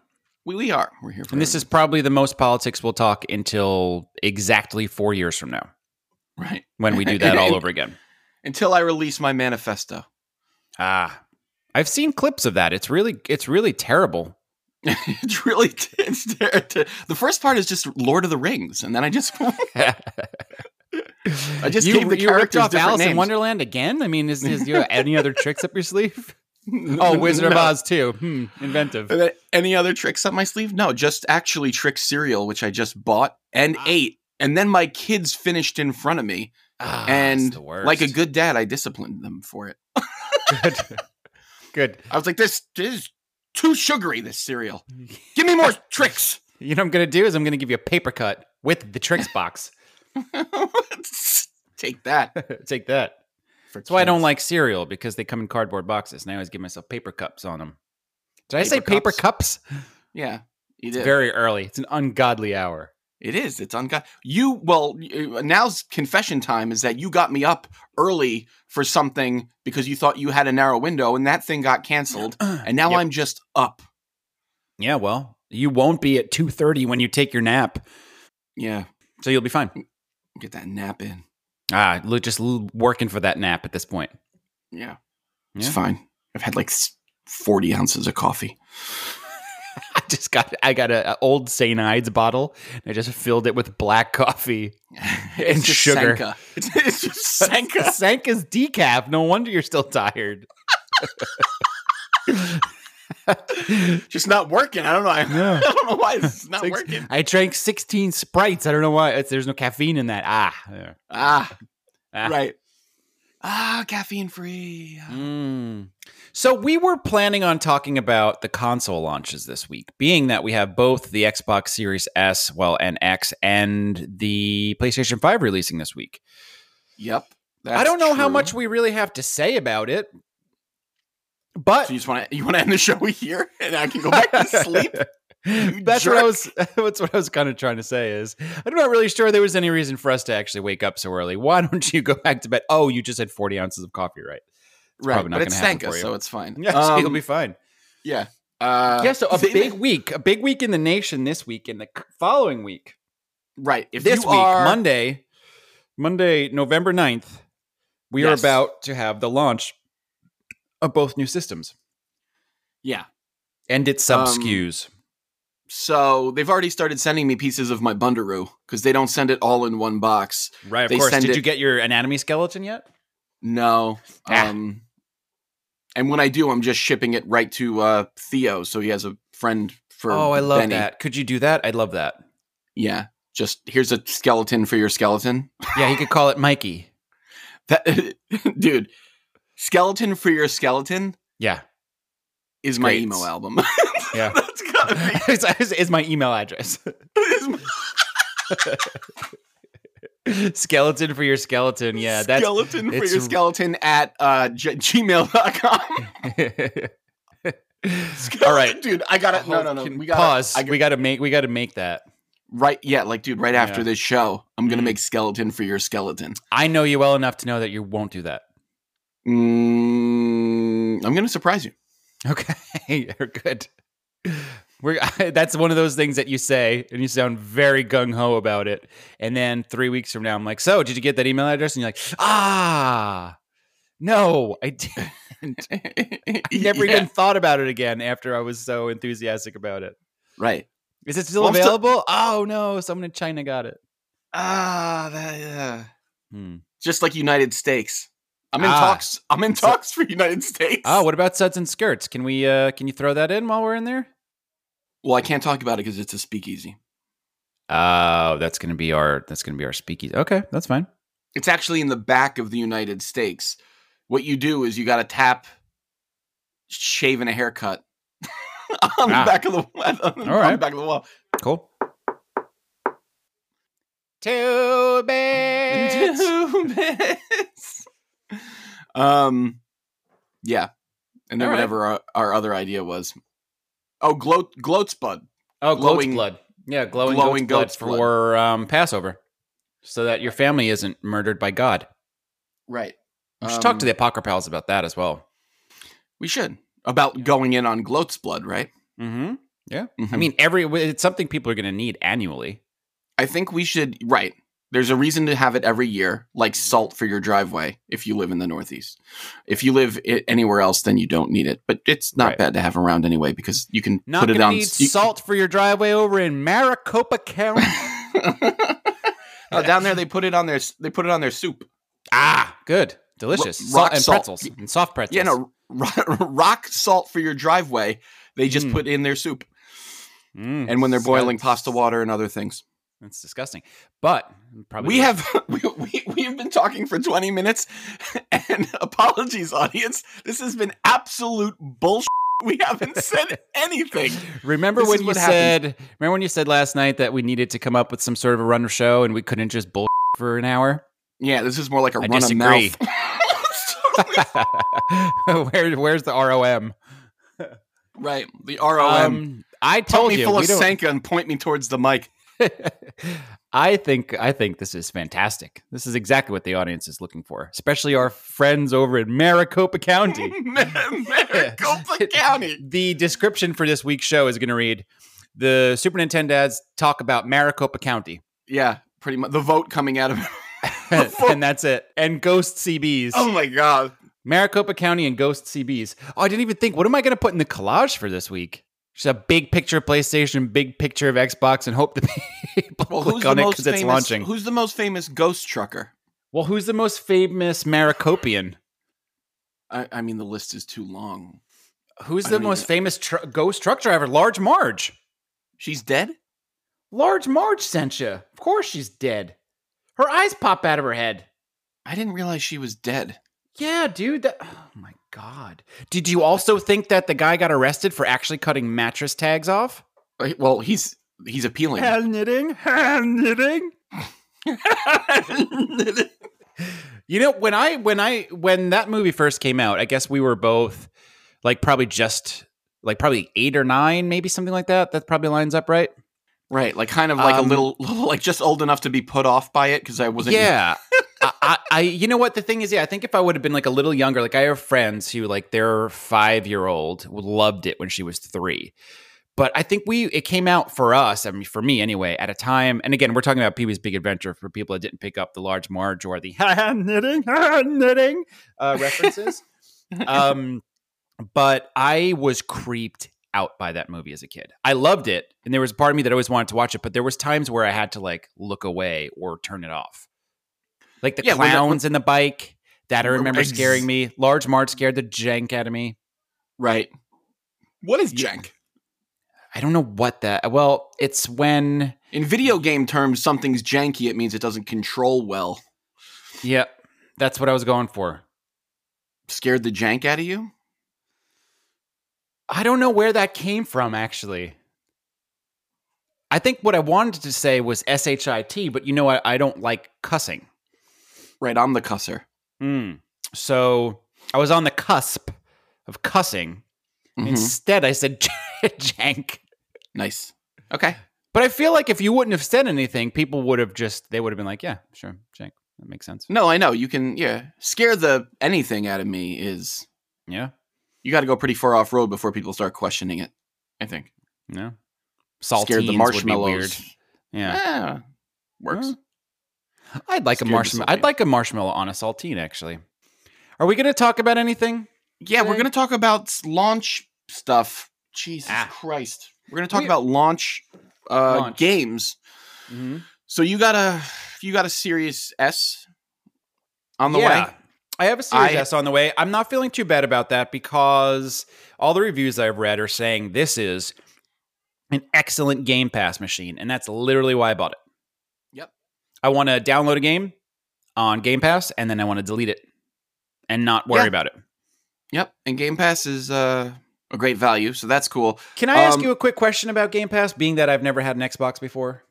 [SPEAKER 3] We, we are. We're here for.
[SPEAKER 1] And this is probably the most politics we'll talk until exactly four years from now
[SPEAKER 3] everyone. right
[SPEAKER 1] when we do that all over again.
[SPEAKER 3] [LAUGHS] until I release my manifesto. [LAUGHS]
[SPEAKER 1] Ah, I've seen clips of that. It's really, it's really terrible.
[SPEAKER 3] it's really it's ter- ter- the first part is just Lord of the Rings, and then [LAUGHS] I just [LAUGHS]
[SPEAKER 1] I
[SPEAKER 3] just
[SPEAKER 1] you,
[SPEAKER 3] gave the
[SPEAKER 1] you ripped
[SPEAKER 3] characters
[SPEAKER 1] off
[SPEAKER 3] different
[SPEAKER 1] Alice in
[SPEAKER 3] names.
[SPEAKER 1] Wonderland again. I mean, is, is do you have any other tricks up your
[SPEAKER 3] [LAUGHS]
[SPEAKER 1] sleeve? [LAUGHS] Oh, Wizard of
[SPEAKER 3] No. Uh,
[SPEAKER 1] Oz too. Hmm, inventive.
[SPEAKER 3] And then, Any other tricks up my sleeve? No, just actually trick cereal, which I just bought and
[SPEAKER 1] Ah.
[SPEAKER 3] ate, and then my kids finished in front of me,
[SPEAKER 1] Ah, it's
[SPEAKER 3] and
[SPEAKER 1] the worst.
[SPEAKER 3] like a good dad, I disciplined them for it.
[SPEAKER 1] good, good.
[SPEAKER 3] I was like, "This, this is too sugary. This cereal. Give me more tricks."
[SPEAKER 1] [LAUGHS]
[SPEAKER 3] [LAUGHS]
[SPEAKER 1] You know what I'm gonna do is I'm gonna give you a paper cut. with the tricks box.
[SPEAKER 3] [LAUGHS] Take that.
[SPEAKER 1] Take that.
[SPEAKER 3] For
[SPEAKER 1] That's why I don't
[SPEAKER 3] kids.
[SPEAKER 1] like cereal because they come in cardboard boxes, and I always give myself paper cups on them. Did I say
[SPEAKER 3] Paper
[SPEAKER 1] paper
[SPEAKER 3] cups?
[SPEAKER 1] cups?
[SPEAKER 3] Yeah, you
[SPEAKER 1] It's
[SPEAKER 3] did.
[SPEAKER 1] very early. It's an ungodly
[SPEAKER 3] [CLEARS THROAT]
[SPEAKER 1] hour.
[SPEAKER 3] It is. It's ungod. You well y- now's confession time is that you got me up early for something because you thought you had a narrow window and that thing got canceled and now
[SPEAKER 1] Yep.
[SPEAKER 3] I'm just up.
[SPEAKER 1] Yeah, well, you won't be at two thirty when you take your nap,
[SPEAKER 3] Yeah,
[SPEAKER 1] so you'll be fine.
[SPEAKER 3] get that nap in.
[SPEAKER 1] Ah, lo- just l- working for that nap at this point. [LAUGHS]
[SPEAKER 3] Yeah, it's
[SPEAKER 1] Yeah.
[SPEAKER 3] fine. I've had like s- forty ounces of coffee. [LAUGHS]
[SPEAKER 1] I just got I got a, a old St. Ides bottle and I just filled it with black
[SPEAKER 3] [LAUGHS]
[SPEAKER 1] coffee.
[SPEAKER 3] It's just
[SPEAKER 1] sugar.
[SPEAKER 3] Sanka. It's,
[SPEAKER 1] [LAUGHS]
[SPEAKER 3] it's just Sanka.
[SPEAKER 1] Sanka's decaf. No wonder you're still tired.
[SPEAKER 3] just not working. I don't [LAUGHS] know. I,
[SPEAKER 1] No.
[SPEAKER 3] I don't know why this is not
[SPEAKER 1] Six- [LAUGHS]
[SPEAKER 3] working.
[SPEAKER 1] I drank 16 Sprites. I don't know why. It's, there's no caffeine in that. Ah. yeah.
[SPEAKER 3] Ah,
[SPEAKER 1] Ah.
[SPEAKER 3] right. Ah, caffeine free. Ah.
[SPEAKER 1] Mm. So we were planning on talking about the console launches this week, being that we have both the Xbox Series S, well, and X, and the PlayStation 5 releasing this week.
[SPEAKER 3] Yep.
[SPEAKER 1] I don't know how
[SPEAKER 3] true.
[SPEAKER 1] much we really have to say about it, but [LAUGHS]
[SPEAKER 3] So you just want to you want to end the show [LAUGHS] here, and I can go back to sleep. You
[SPEAKER 1] that's what I
[SPEAKER 3] jerk.
[SPEAKER 1] was. [LAUGHS] That's what I was kind of trying to say is I'm not really sure there was any reason for us to actually wake up so early. Why don't you go back to bed? Oh, you just had 40 ounces of coffee, right? [LAUGHS] probably not
[SPEAKER 3] but it's
[SPEAKER 1] gonna happen
[SPEAKER 3] Sanka,
[SPEAKER 1] for you.
[SPEAKER 3] so it's fine.
[SPEAKER 1] Yeah, so
[SPEAKER 3] Um,
[SPEAKER 1] you'll be fine.
[SPEAKER 3] yeah. Uh,
[SPEAKER 1] yeah, so a
[SPEAKER 3] they-
[SPEAKER 1] big week, a big week in the nation this week, and the c- following week,
[SPEAKER 3] right. If
[SPEAKER 1] this
[SPEAKER 3] you
[SPEAKER 1] week,
[SPEAKER 3] are,
[SPEAKER 1] Monday, Monday, November 9th, we
[SPEAKER 3] Yes.
[SPEAKER 1] are about to have the launch of both new systems
[SPEAKER 3] yeah.
[SPEAKER 1] and its sub
[SPEAKER 3] Um,
[SPEAKER 1] SKUs.
[SPEAKER 3] So they've already started sending me pieces of my Bundaroo because they don't send it all in one box.
[SPEAKER 1] Right, of
[SPEAKER 3] they
[SPEAKER 1] course.
[SPEAKER 3] send
[SPEAKER 1] Did
[SPEAKER 3] it-
[SPEAKER 1] you get your anatomy skeleton yet?
[SPEAKER 3] No.
[SPEAKER 1] Ah.
[SPEAKER 3] Um, and when I do, I'm just shipping it right to uh, Theo, so he has a friend for.
[SPEAKER 1] oh, I love
[SPEAKER 3] Benny.
[SPEAKER 1] that. Could you do that? I'd love that.
[SPEAKER 3] Yeah. Just here's a skeleton for your skeleton.
[SPEAKER 1] Yeah, he could call it Mikey.
[SPEAKER 3] That, [LAUGHS] dude, skeleton for your skeleton.
[SPEAKER 1] Yeah,
[SPEAKER 3] is my
[SPEAKER 1] Great.
[SPEAKER 3] emo album. [LAUGHS]
[SPEAKER 1] yeah.
[SPEAKER 3] That's gotta be.
[SPEAKER 1] is, is- is my email
[SPEAKER 3] [LAUGHS]
[SPEAKER 1] address [LAUGHS]
[SPEAKER 3] is my
[SPEAKER 1] skeleton for your skeleton? Yeah, that's
[SPEAKER 3] skeleton for
[SPEAKER 1] it's
[SPEAKER 3] your
[SPEAKER 1] r-
[SPEAKER 3] skeleton at uh, g- gmail.com.
[SPEAKER 1] [LAUGHS] All right.
[SPEAKER 3] dude, I got to No,
[SPEAKER 1] Hold-
[SPEAKER 3] no, no.
[SPEAKER 1] can-
[SPEAKER 3] We gotta,
[SPEAKER 1] pause.
[SPEAKER 3] I got,
[SPEAKER 1] we got to make. We got to make that.
[SPEAKER 3] right, yeah, like, dude, right after
[SPEAKER 1] Yeah.
[SPEAKER 3] this show, I'm gonna
[SPEAKER 1] Mm.
[SPEAKER 3] make skeleton for your skeleton.
[SPEAKER 1] I know you well enough to know that you won't do that. [LAUGHS]
[SPEAKER 3] Mm, I'm gonna surprise
[SPEAKER 1] [LAUGHS]
[SPEAKER 3] you.
[SPEAKER 1] Okay, you're good. We're, [LAUGHS] that's one of those things that you say, and you sound very gung ho about it. And then three weeks from now, I'm like, "So, did you get that email address?" And you're like, "Ah, no, I
[SPEAKER 3] [LAUGHS]
[SPEAKER 1] did. [LAUGHS] never
[SPEAKER 3] Yeah,
[SPEAKER 1] even thought about it again after I was so enthusiastic about it.
[SPEAKER 3] Right.
[SPEAKER 1] Is it still
[SPEAKER 3] Well, I'm still-
[SPEAKER 1] available? oh no, someone in China got it.
[SPEAKER 3] Ah, that, yeah.
[SPEAKER 1] Hmm.
[SPEAKER 3] just like United States. I'm in
[SPEAKER 1] Ah.
[SPEAKER 3] talks. I'm in
[SPEAKER 1] So-
[SPEAKER 3] talks for United States.
[SPEAKER 1] Oh, what about suds and skirts? Can we? uh Can you throw that in while we're in there?
[SPEAKER 3] well, I can't talk about it because it's a speakeasy.
[SPEAKER 1] Oh, that's gonna be our that's gonna be our speakeasy. Okay, that's fine.
[SPEAKER 3] It's actually in the back of the United States. What you do is you got to tap shave and a haircut [LAUGHS] on
[SPEAKER 1] Ah.
[SPEAKER 3] the back of the on, the- on the
[SPEAKER 1] right.
[SPEAKER 3] back of the wall.
[SPEAKER 1] Cool. Two [LAUGHS] bits.
[SPEAKER 3] Two bits. [LAUGHS] um yeah. And then
[SPEAKER 1] All right.
[SPEAKER 3] whatever our, our other idea was. Oh, gloat gloats bud.
[SPEAKER 1] oh, glowing
[SPEAKER 3] Glowing-
[SPEAKER 1] blood. Yeah, glowing,
[SPEAKER 3] glowing
[SPEAKER 1] goat's,
[SPEAKER 3] goat's
[SPEAKER 1] blood for um, Passover, so that your family isn't murdered by God.
[SPEAKER 3] Right.
[SPEAKER 1] We should talk to the
[SPEAKER 3] them.
[SPEAKER 1] Apocryphal pals about that as well.
[SPEAKER 3] We should. About going in on gloats blood, right?
[SPEAKER 1] Mm-hmm. I
[SPEAKER 3] Mhm.
[SPEAKER 1] mean, every it's something people are going to need annually.
[SPEAKER 3] I think we should. Right. There's a reason to have it every year, like
[SPEAKER 1] Mm-hmm.
[SPEAKER 3] salt for your driveway if you live in the Northeast. If you live i anywhere else, then you don't need it. But it's not
[SPEAKER 1] Right.
[SPEAKER 3] bad to have around anyway because you can
[SPEAKER 1] Not
[SPEAKER 3] put
[SPEAKER 1] going
[SPEAKER 3] it
[SPEAKER 1] to
[SPEAKER 3] on
[SPEAKER 1] need
[SPEAKER 3] you-
[SPEAKER 1] salt for your driveway over in Maricopa County.
[SPEAKER 3] [LAUGHS] oh, down there they put it on their s- they put it on their soup.
[SPEAKER 1] ah, good, delicious.
[SPEAKER 3] Ro- rock
[SPEAKER 1] salt and
[SPEAKER 3] salt.
[SPEAKER 1] pretzels and soft pretzels.
[SPEAKER 3] Yeah, no, ro- [LAUGHS] rock salt for your driveway. They just
[SPEAKER 1] Mm.
[SPEAKER 3] put in their soup,
[SPEAKER 1] Mm,
[SPEAKER 3] and when they're boiling
[SPEAKER 1] sounds-
[SPEAKER 3] pasta water and other things.
[SPEAKER 1] that's disgusting. But probably
[SPEAKER 3] we have [LAUGHS] we, we, we've been talking for [LAUGHS] 20 minutes and apologies audience this has been absolute bullshit We
[SPEAKER 1] [LAUGHS]
[SPEAKER 3] haven't said anything.
[SPEAKER 1] Remember
[SPEAKER 3] This
[SPEAKER 1] when
[SPEAKER 3] is
[SPEAKER 1] you
[SPEAKER 3] what happens.
[SPEAKER 1] said? Remember when you said last night that we needed to come up with some sort of a runner show and we couldn't just bull [LAUGHS] for an hour?
[SPEAKER 3] Yeah, this is more like a
[SPEAKER 1] I
[SPEAKER 3] run of
[SPEAKER 1] disagree.
[SPEAKER 3] mouth. It's totally-
[SPEAKER 1] Where, where's the ROM?
[SPEAKER 3] [LAUGHS] right. The ROM.
[SPEAKER 1] Um, I
[SPEAKER 3] Tell
[SPEAKER 1] told
[SPEAKER 3] me
[SPEAKER 1] you.
[SPEAKER 3] full
[SPEAKER 1] we
[SPEAKER 3] of
[SPEAKER 1] don't-
[SPEAKER 3] Sanka and point me towards the mic.
[SPEAKER 1] [LAUGHS]
[SPEAKER 3] [LAUGHS]
[SPEAKER 1] I think I think this is fantastic. This is exactly what the audience is looking for, especially our friends over in Maricopa County.
[SPEAKER 3] Maricopa County.
[SPEAKER 1] The description for this week's show is going to read: "The Super Nintendads talk about Maricopa County." [LAUGHS]
[SPEAKER 3] Yeah, pretty much. The vote coming out of. [LAUGHS]
[SPEAKER 1] and that's it. And ghost CBs.
[SPEAKER 3] Oh my god.
[SPEAKER 1] Maricopa County and Ghost CBs. Oh, I didn't even think. What am I going to put in the collage for this week? Just a big picture of PlayStation, big picture of Xbox, and hope the [LAUGHS] people click on it because it's launching.
[SPEAKER 3] Who's the most famous ghost trucker?
[SPEAKER 1] well, who's the most famous Maricopian?
[SPEAKER 3] I, I mean, the list is too long.
[SPEAKER 1] Who's
[SPEAKER 3] I
[SPEAKER 1] the
[SPEAKER 3] don't
[SPEAKER 1] most
[SPEAKER 3] even-
[SPEAKER 1] famous tr- ghost truck driver? Large Marge.
[SPEAKER 3] She's dead.
[SPEAKER 1] Large Marge sent you. Of course she's dead. Her eyes pop out of her head.
[SPEAKER 3] I didn't realize she was dead.
[SPEAKER 1] Yeah, dude. That, oh my god. Did you also think that the guy got arrested for actually cutting mattress tags off?
[SPEAKER 3] Uh, Well, he's he's
[SPEAKER 1] [LAUGHS]
[SPEAKER 3] appealing.
[SPEAKER 1] knitting, hand knitting. You know, when I when I when that movie first came out, I guess we were both like probably just like probably eight or nine, maybe something like that. That probably lines up, right?
[SPEAKER 3] right, like kind of like
[SPEAKER 1] Um,
[SPEAKER 3] a little, [LAUGHS] like just old enough to be put off by it because I wasn't.
[SPEAKER 1] yeah. I, I, I, you know what the thing is, yeah. I think if I would have been like a little younger, like I have friends who like their five year old loved it when she was three, but I think we it came out for us. I mean, for me anyway, at a time. And again, we're talking about Pee Wee's Big Adventure for people that didn't pick up the large Marge or the [LAUGHS] knitting knitting uh, references. um, but I was creeped out by that movie as a kid. I loved it, and there was a part of me that always wanted to watch it, but there was times where I had to like look away or turn it off. Like the
[SPEAKER 3] Yeah, when the-
[SPEAKER 1] clowns and the bike that I remember
[SPEAKER 3] Ex-
[SPEAKER 1] scaring me. Large Mart scared the jank out of me.
[SPEAKER 3] Right. What is jank?
[SPEAKER 1] I don't know what that. Well, it's when
[SPEAKER 3] In video game terms, something's janky. It means it doesn't control well.
[SPEAKER 1] yeah, that's what I was going for.
[SPEAKER 3] Scared the jank out of you?
[SPEAKER 1] I don't know where that came from, actually. I think what I wanted to say was S H I T, but you know, I, I don't like cussing.
[SPEAKER 3] Right, I'm the cusser.
[SPEAKER 1] Mm. So I was on the cusp of cussing.
[SPEAKER 3] Mhm.
[SPEAKER 1] Instead, I said [LAUGHS] jank.
[SPEAKER 3] Nice. Okay.
[SPEAKER 1] But I feel like if you wouldn't have said anything, people would have just, they would have been like, yeah, sure, jank. That makes sense.
[SPEAKER 3] No, I know you can. Yeah, scare the anything out of me is
[SPEAKER 1] Yeah.
[SPEAKER 3] you got to go pretty far off road before people start questioning it. I think
[SPEAKER 1] No. Saltines
[SPEAKER 3] scared the
[SPEAKER 1] would be weird.
[SPEAKER 3] marshmallows. [LAUGHS]
[SPEAKER 1] Yeah.
[SPEAKER 3] Ah, works.
[SPEAKER 1] I'd like
[SPEAKER 3] Scared
[SPEAKER 1] a
[SPEAKER 3] the
[SPEAKER 1] marshmallow. I'd
[SPEAKER 3] saltine.
[SPEAKER 1] like a marshmallow on a saltine, actually. Are we going to talk about anything?
[SPEAKER 3] Yeah, we're
[SPEAKER 1] Okay.
[SPEAKER 3] gonna talk about s- launch stuff. Jesus
[SPEAKER 1] Ah.
[SPEAKER 3] Christ, we're gonna talk
[SPEAKER 1] We-
[SPEAKER 3] about launch, uh,
[SPEAKER 1] Launch.
[SPEAKER 3] games.
[SPEAKER 1] Mm-hmm.
[SPEAKER 3] So you got a you got a Series S on the way.
[SPEAKER 1] I have a Series
[SPEAKER 3] I-
[SPEAKER 1] S on the way. I'm not feeling too bad about that because all the reviews I've read are saying this is an excellent Game Pass machine, and that's literally why I bought it.
[SPEAKER 3] Yep.
[SPEAKER 1] I want to download a game on Game Pass, and then I want to delete it and not worry
[SPEAKER 3] Yeah.
[SPEAKER 1] about it.
[SPEAKER 3] Yep, and Game Pass is uh, a great value, so that's cool.
[SPEAKER 1] Can I ask
[SPEAKER 3] Um,
[SPEAKER 1] you a quick question about Game Pass, being that I've never had an Xbox before?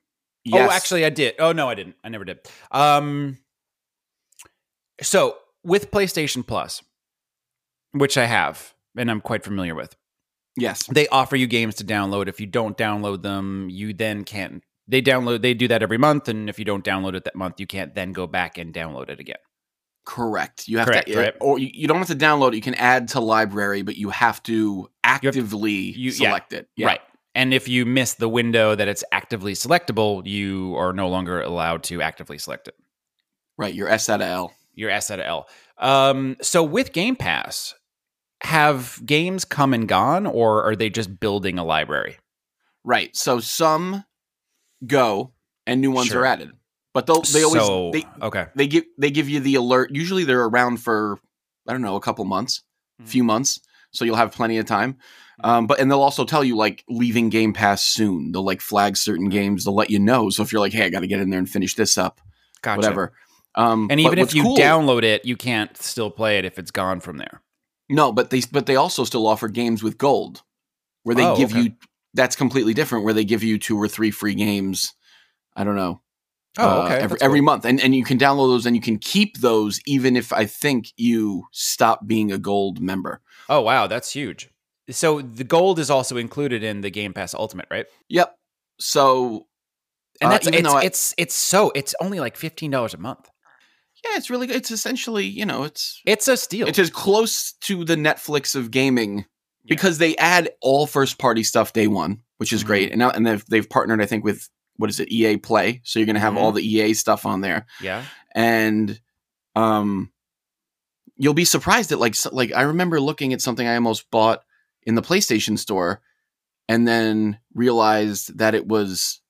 [SPEAKER 3] Yes.
[SPEAKER 1] Oh, actually, I did. Oh no, I didn't. I never did. Um, so with PlayStation Plus, which I have and I'm quite familiar with,
[SPEAKER 3] yes,
[SPEAKER 1] they offer you games to download. If you don't download them, you then can't. They download. They do that every month, and if you don't download it that month, you can't then go back and download it again.
[SPEAKER 3] correct. You have
[SPEAKER 1] Correct,
[SPEAKER 3] to, uh,
[SPEAKER 1] right?
[SPEAKER 3] or you, you don't have to download. it. You can add to library, but you have to actively
[SPEAKER 1] you- yeah,
[SPEAKER 3] select it. Yeah.
[SPEAKER 1] Right. And if you miss the window that it's actively selectable, you are no longer allowed to actively select it.
[SPEAKER 3] right. Your S out of L.
[SPEAKER 1] your S out of L. Um, so with Game Pass, have games come and gone, or are they just building a library?
[SPEAKER 3] Right. So some go and new ones
[SPEAKER 1] Sure.
[SPEAKER 3] are added, but they'll, they always
[SPEAKER 1] so,
[SPEAKER 3] they,
[SPEAKER 1] okay.
[SPEAKER 3] they give they give you the alert. Usually they're around for I don't know a couple months,
[SPEAKER 1] Mhm.
[SPEAKER 3] few months, so you'll have plenty of time.
[SPEAKER 1] Hmm.
[SPEAKER 3] Um, but and they'll also tell you like leaving Game Pass soon. They'll like flag
[SPEAKER 1] Hmm.
[SPEAKER 3] certain games. They'll let you know. So if you're like, hey, I got to get in there and finish this up,
[SPEAKER 1] Gotcha.
[SPEAKER 3] whatever. Um,
[SPEAKER 1] And
[SPEAKER 3] but
[SPEAKER 1] even if
[SPEAKER 3] what's
[SPEAKER 1] you
[SPEAKER 3] cool-
[SPEAKER 1] download it, you can't still play it if it's gone from there.
[SPEAKER 3] No, but they but they also still offer games with gold, where they
[SPEAKER 1] Oh,
[SPEAKER 3] give
[SPEAKER 1] okay.
[SPEAKER 3] you that's completely different. Where they give you two or three free games. I don't know.
[SPEAKER 1] Oh,
[SPEAKER 3] uh, every, every month, and and you can download those, and you can keep those even if I think you stop being a gold member.
[SPEAKER 1] Oh wow, that's huge. So the gold is also included in the Game Pass Ultimate, right?
[SPEAKER 3] Yep. So
[SPEAKER 1] And
[SPEAKER 3] Uh,
[SPEAKER 1] that's
[SPEAKER 3] even
[SPEAKER 1] it's,
[SPEAKER 3] though I-
[SPEAKER 1] it's it's so it's only like fifteen dollars a month.
[SPEAKER 3] yeah, it's really good. It's essentially you know it's
[SPEAKER 1] It's a steal.
[SPEAKER 3] it's as close to the Netflix of gaming
[SPEAKER 1] Yeah.
[SPEAKER 3] because they add all first party stuff day one, which is
[SPEAKER 1] Mhm.
[SPEAKER 3] great. And now and they've they've partnered, I think, with what is it, EA Play. So you're gonna have all the EA stuff on there,
[SPEAKER 1] yeah.
[SPEAKER 3] and um, you'll be surprised at like so- like I remember looking at something I almost bought in the PlayStation Store, and then realized that it was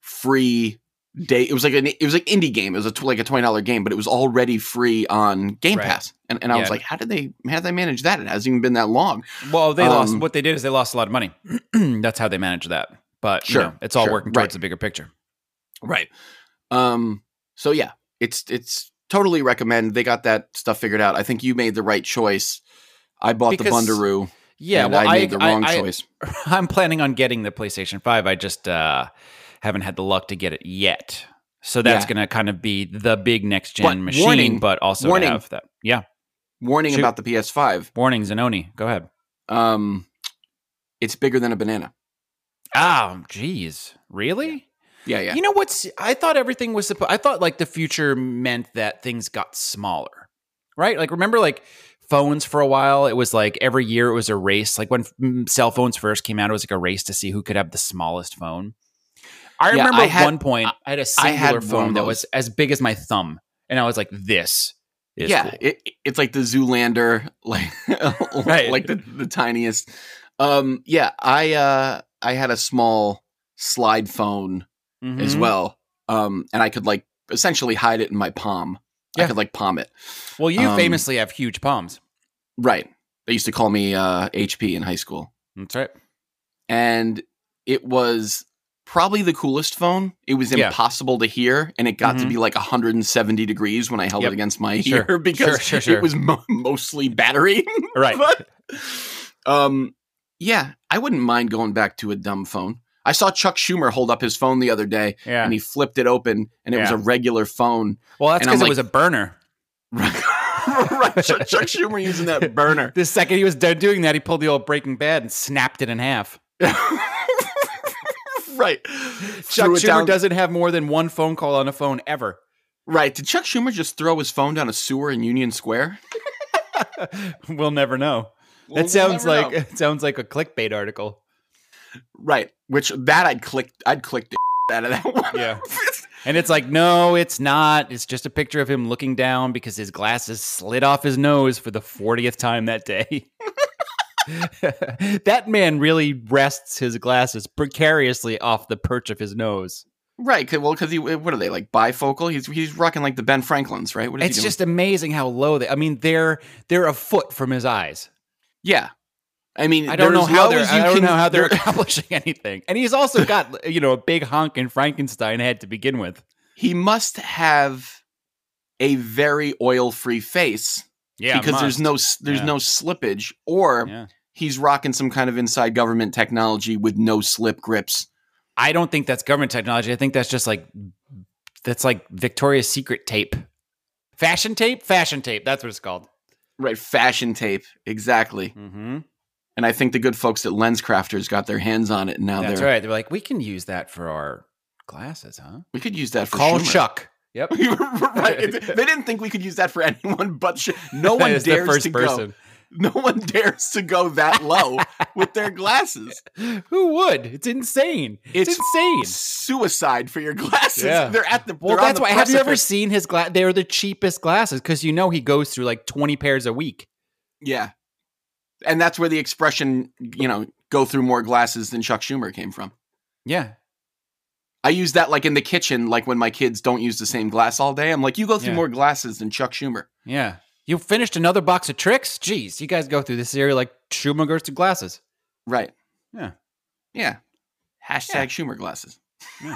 [SPEAKER 3] free day. It was like an it was like indie game. It was a tw- like a twenty dollar game, but it was already free on Game
[SPEAKER 1] Right.
[SPEAKER 3] Pass. And and I was
[SPEAKER 1] Yeah.
[SPEAKER 3] like, how did they how did they manage that? It hasn't even been that long.
[SPEAKER 1] Well, they lost.
[SPEAKER 3] Um,
[SPEAKER 1] What they did is they lost a lot of money. [CLEARS THROAT] that's how they managed that. But
[SPEAKER 3] Sure,
[SPEAKER 1] you know, it's all
[SPEAKER 3] sure,
[SPEAKER 1] working
[SPEAKER 3] right.
[SPEAKER 1] towards the bigger picture.
[SPEAKER 3] Right. Um. So yeah, it's it's totally recommend. They got that stuff figured out. I think you made the right choice. I bought the
[SPEAKER 1] Because-
[SPEAKER 3] Bundaroo.
[SPEAKER 1] Yeah.
[SPEAKER 3] and
[SPEAKER 1] well,
[SPEAKER 3] I made the wrong
[SPEAKER 1] I-
[SPEAKER 3] choice.
[SPEAKER 1] [LAUGHS] I'm planning on getting the PlayStation 5. I just uh, haven't had the luck to get it yet. So that's
[SPEAKER 3] Yeah.
[SPEAKER 1] going to kind of be the big next
[SPEAKER 3] But
[SPEAKER 1] gen machine,
[SPEAKER 3] warning-
[SPEAKER 1] but also
[SPEAKER 3] warning.
[SPEAKER 1] have that. Yeah.
[SPEAKER 3] Warning
[SPEAKER 1] Shoot.
[SPEAKER 3] about the PS5.
[SPEAKER 1] Warning, Zanoni. Go ahead.
[SPEAKER 3] Um, it's bigger than a banana.
[SPEAKER 1] Oh, geez. Really?
[SPEAKER 3] Yeah, yeah.
[SPEAKER 1] You know what's. I thought everything was supposed. I thought like the future meant that things got smaller, right? Like, remember, like, phones for a while it was like every year it was a race like when mm, cell phones first came out it was like a race to see who could have the smallest phone i
[SPEAKER 3] Yeah,
[SPEAKER 1] remember
[SPEAKER 3] I
[SPEAKER 1] at
[SPEAKER 3] had-
[SPEAKER 1] one point i had a
[SPEAKER 3] I
[SPEAKER 1] singular
[SPEAKER 3] had one of
[SPEAKER 1] phone that
[SPEAKER 3] those.
[SPEAKER 1] was as big as my thumb and i was like this is
[SPEAKER 3] yeah,
[SPEAKER 1] cool.
[SPEAKER 3] it, it's like the Zoolander, [LAUGHS] like
[SPEAKER 1] Right.
[SPEAKER 3] like the, the tiniest. Um, yeah, I uh, I had a small slide phone as
[SPEAKER 1] Mhm.
[SPEAKER 3] well, um, and I could like essentially hide it in my palm.
[SPEAKER 1] Yeah.
[SPEAKER 3] I could like palm it.
[SPEAKER 1] well you
[SPEAKER 3] Um,
[SPEAKER 1] famously have huge palms
[SPEAKER 3] Right. They used to call me uh, HP in high school.
[SPEAKER 1] that's right
[SPEAKER 3] and it was probably the coolest phone. It was
[SPEAKER 1] Yeah.
[SPEAKER 3] impossible to hear, and it got to
[SPEAKER 1] Mhm.
[SPEAKER 3] be like 170 degrees when I held
[SPEAKER 1] Yep.
[SPEAKER 3] it against my
[SPEAKER 1] Sure.
[SPEAKER 3] ear [LAUGHS] because
[SPEAKER 1] Sure, sure, sure.
[SPEAKER 3] it was mo- mostly
[SPEAKER 1] [LAUGHS]
[SPEAKER 3] battery. [LAUGHS]
[SPEAKER 1] right
[SPEAKER 3] but um, yeah, I wouldn't mind going back to a dumb phone. I saw Chuck Schumer hold up his phone the other day,
[SPEAKER 1] yeah
[SPEAKER 3] and he flipped it open, and it was
[SPEAKER 1] Yeah.
[SPEAKER 3] a regular phone. [LAUGHS]
[SPEAKER 1] well that's
[SPEAKER 3] and I'm
[SPEAKER 1] because it
[SPEAKER 3] like-
[SPEAKER 1] was a burner
[SPEAKER 3] right, Chuck, Chuck Schumer using that burner. [LAUGHS]
[SPEAKER 1] the second he was done doing that he pulled the old breaking bad and snapped it in half
[SPEAKER 3] right.
[SPEAKER 1] Chuck
[SPEAKER 3] Threw it
[SPEAKER 1] Schumer
[SPEAKER 3] down-
[SPEAKER 1] doesn't have more than one phone call on a phone ever. [LAUGHS]
[SPEAKER 3] Right. Did Chuck Schumer just throw his phone down a sewer in Union Square?
[SPEAKER 1] we'll never know.
[SPEAKER 3] Well,
[SPEAKER 1] that sounds
[SPEAKER 3] we'll never
[SPEAKER 1] like
[SPEAKER 3] know.
[SPEAKER 1] it [LAUGHS] sounds like a clickbait article.
[SPEAKER 3] [LAUGHS] Right. Which that I'd click I'd click the [LAUGHS] out of that one.
[SPEAKER 1] Yeah. And it's like, no, it's not. It's just a picture of him looking down because his glasses slid off his nose for the 40th time that day. [LAUGHS] that man really rests his glasses precariously off the perch of his nose.
[SPEAKER 3] [LAUGHS] right. 'cause- well, because he what are they like bifocal? He's he's rocking like the Ben Franklins, right? What is he
[SPEAKER 1] It's
[SPEAKER 3] doing?
[SPEAKER 1] just amazing how low they I mean, they're they're a foot from his eyes.
[SPEAKER 3] yeah. I mean,
[SPEAKER 1] I don't
[SPEAKER 3] they're
[SPEAKER 1] know
[SPEAKER 3] as
[SPEAKER 1] how
[SPEAKER 3] low
[SPEAKER 1] they're.
[SPEAKER 3] as you
[SPEAKER 1] I don't
[SPEAKER 3] can-
[SPEAKER 1] know how they're
[SPEAKER 3] [LAUGHS] they're-
[SPEAKER 1] accomplishing anything. And he's also got you know a big honk and Frankenstein head to begin with.
[SPEAKER 3] He must have a very oil-free face
[SPEAKER 1] Yeah,
[SPEAKER 3] because there's no s- there's
[SPEAKER 1] Yeah.
[SPEAKER 3] no slippage, or
[SPEAKER 1] Yeah.
[SPEAKER 3] he's rocking some kind of inside government technology with no slip grips.
[SPEAKER 1] I don't think that's government technology. I think that's just like that's like Victoria's Secret tape, fashion tape, fashion tape. That's what it's called.
[SPEAKER 3] Right, fashion tape. Exactly.
[SPEAKER 1] Mm-hmm.
[SPEAKER 3] And I think the good folks at Lens Crafters got their hands on it and now
[SPEAKER 1] That's
[SPEAKER 3] they're
[SPEAKER 1] right. They're like, we can use that for our glasses, huh?
[SPEAKER 3] we could use that for
[SPEAKER 1] Call
[SPEAKER 3] Schumer. [LAUGHS]
[SPEAKER 1] Chuck. Yep.
[SPEAKER 3] right. It- They didn't think we could use that for [LAUGHS] anyone but Sh-
[SPEAKER 1] [LAUGHS]
[SPEAKER 3] no one
[SPEAKER 1] As
[SPEAKER 3] dares to go. No one [LAUGHS] dares to go that low
[SPEAKER 1] [LAUGHS]
[SPEAKER 3] with their glasses.
[SPEAKER 1] Who would? It's insane. It's,
[SPEAKER 3] It's
[SPEAKER 1] insane.
[SPEAKER 3] Suicide for your glasses.
[SPEAKER 1] Yeah.
[SPEAKER 3] [LAUGHS] They're at the
[SPEAKER 1] Well,
[SPEAKER 3] they're on
[SPEAKER 1] that's
[SPEAKER 3] the
[SPEAKER 1] why. Have you ever
[SPEAKER 3] precipice.
[SPEAKER 1] seen his glass? They're the cheapest glasses because you know he goes through like twenty pairs a week.
[SPEAKER 3] Yeah. And that's where the expression, you know, go through more glasses than Chuck Schumer came from.
[SPEAKER 1] Yeah,
[SPEAKER 3] I use that like in the kitchen, like when my kids don't use the same glass all day. I'm like, you go through
[SPEAKER 1] Yeah.
[SPEAKER 3] more glasses than Chuck Schumer.
[SPEAKER 1] yeah. You finished another box of tricks. Jeez, you guys go through this area like Schumer goes through glasses.
[SPEAKER 3] Right.
[SPEAKER 1] Yeah.
[SPEAKER 3] Yeah. Hashtag Schumer glasses.
[SPEAKER 1] [LAUGHS]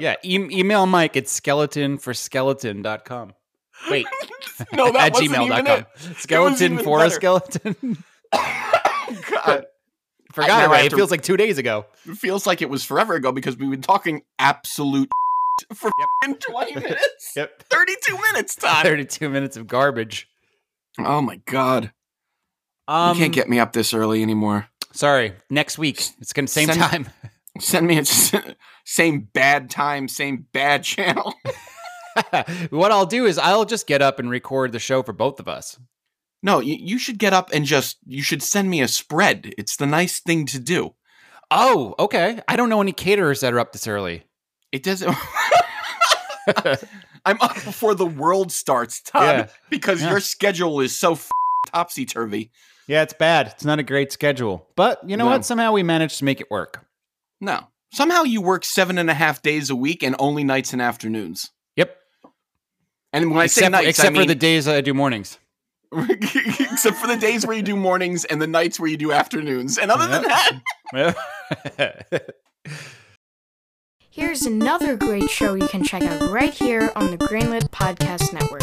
[SPEAKER 1] Yeah, e- email Mike at skeleton for skeleton.com. Wait.
[SPEAKER 3] [LAUGHS] no, that
[SPEAKER 1] at
[SPEAKER 3] wasn't even
[SPEAKER 1] gmail.com.
[SPEAKER 3] it.
[SPEAKER 1] Skeleton
[SPEAKER 3] even
[SPEAKER 1] for a
[SPEAKER 3] better.
[SPEAKER 1] skeleton. [LAUGHS]
[SPEAKER 3] [LAUGHS] God,
[SPEAKER 1] Forgot
[SPEAKER 3] now I
[SPEAKER 1] already.
[SPEAKER 3] have
[SPEAKER 1] It
[SPEAKER 3] to-
[SPEAKER 1] feels like two days ago.
[SPEAKER 3] it feels like it was forever ago because we've been talking absolute [LAUGHS] for [LAUGHS] fing 20 minutes.
[SPEAKER 1] [LAUGHS] Yep.
[SPEAKER 3] 32 minutes, Todd.
[SPEAKER 1] 32 minutes of garbage.
[SPEAKER 3] Oh my God.
[SPEAKER 1] Um,
[SPEAKER 3] you can't get me up this early anymore.
[SPEAKER 1] Sorry. Next week. It's going to same
[SPEAKER 3] Send-
[SPEAKER 1] time.
[SPEAKER 3] Send me a [LAUGHS] same bad time, same bad [LAUGHS] channel.
[SPEAKER 1] [LAUGHS] what I'll do is I'll just get up and record the show for both of us.
[SPEAKER 3] No, you, you should get up and just, you should send me a spread. It's the nice thing to do.
[SPEAKER 1] Oh, okay. I don't know any caterers that are up this early. [LAUGHS]
[SPEAKER 3] It doesn't. [LAUGHS] I'm up before the world starts, Todd, because
[SPEAKER 1] Yeah.
[SPEAKER 3] your schedule is so f- topsy turvy.
[SPEAKER 1] Yeah, it's bad. It's not a great schedule. But you know
[SPEAKER 3] No.
[SPEAKER 1] what? Somehow we managed to make it work.
[SPEAKER 3] No. Somehow you work seven and a half days a week and only nights and afternoons.
[SPEAKER 1] Yep.
[SPEAKER 3] And when I say
[SPEAKER 1] except
[SPEAKER 3] nights,
[SPEAKER 1] except
[SPEAKER 3] I mean,
[SPEAKER 1] for the days I do mornings.
[SPEAKER 3] [LAUGHS] except for the days where you do mornings and the nights where you do afternoons. And other than
[SPEAKER 1] Yep.
[SPEAKER 3] that,
[SPEAKER 4] Here's another great show you can check out right here on the Greenlit Podcast Network.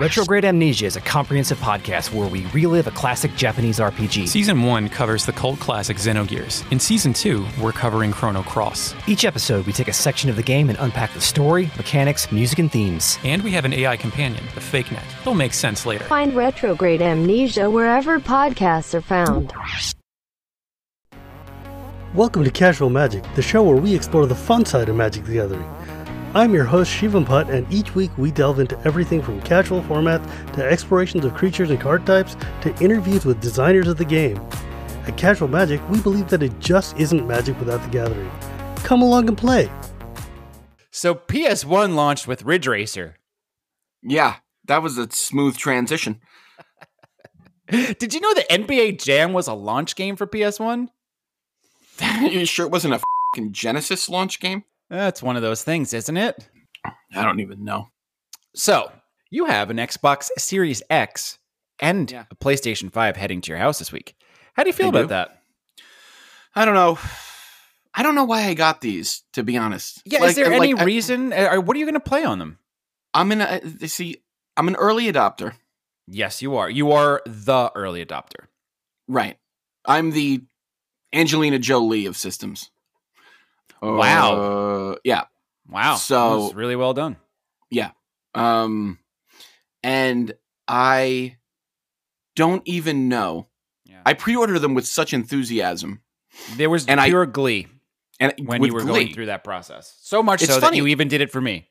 [SPEAKER 5] Retrograde Amnesia is a comprehensive podcast where we relive a classic Japanese RPG.
[SPEAKER 6] Season 1 covers the cult classic Xenogears. In Season 2, we're covering Chrono Cross.
[SPEAKER 5] Each episode, we take a section of the game and unpack the story, mechanics, music, and themes.
[SPEAKER 6] And we have an AI companion, the FakeNet. It'll make sense later.
[SPEAKER 7] Find Retrograde Amnesia wherever podcasts are found.
[SPEAKER 8] Welcome to Casual Magic, the show where we explore the fun side of Magic the Gathering. I'm your host, Shivan Putt, and each week we delve into everything from casual formats to explorations of creatures and card types to interviews with designers of the game. At Casual Magic, we believe that it just isn't magic without the gathering. Come along and play!
[SPEAKER 1] [LAUGHS] so PS1 launched with Ridge Racer. [GASPS]
[SPEAKER 3] yeah, that was a smooth transition. [LAUGHS]
[SPEAKER 1] Did you know that NBA Jam was a launch game for PS1?
[SPEAKER 3] you sure it wasn't a fing Genesis launch game?
[SPEAKER 1] That's one of those things, isn't it?
[SPEAKER 3] I don't even know.
[SPEAKER 1] So, you have an Xbox Series X and
[SPEAKER 3] Yeah.
[SPEAKER 1] a PlayStation 5 heading to your house this week. How do you feel
[SPEAKER 3] I
[SPEAKER 1] about
[SPEAKER 3] do.
[SPEAKER 1] that?
[SPEAKER 3] I don't know. I don't know why I got these, to be honest.
[SPEAKER 1] Yeah,
[SPEAKER 3] Like-
[SPEAKER 1] is there any
[SPEAKER 3] like, I-
[SPEAKER 1] reason? uh, what are you going to play on them?
[SPEAKER 3] I'm an uh, see. I'm an early adopter.
[SPEAKER 1] Yes, you are. You are the early adopter.
[SPEAKER 3] Right. I'm the Angelina Jolie of systems.
[SPEAKER 1] Wow.
[SPEAKER 3] Uh, yeah.
[SPEAKER 1] Wow.
[SPEAKER 3] So-
[SPEAKER 1] that was really well done.
[SPEAKER 3] Um, and I don't even know.
[SPEAKER 1] Yeah.
[SPEAKER 3] I pre-order them with such enthusiasm,
[SPEAKER 1] There was
[SPEAKER 3] and I-
[SPEAKER 1] pure glee
[SPEAKER 3] and
[SPEAKER 1] when
[SPEAKER 3] with
[SPEAKER 1] you were
[SPEAKER 3] glee,
[SPEAKER 1] going through that process. So much
[SPEAKER 3] It's
[SPEAKER 1] so that
[SPEAKER 3] funny.
[SPEAKER 1] you even did it for me.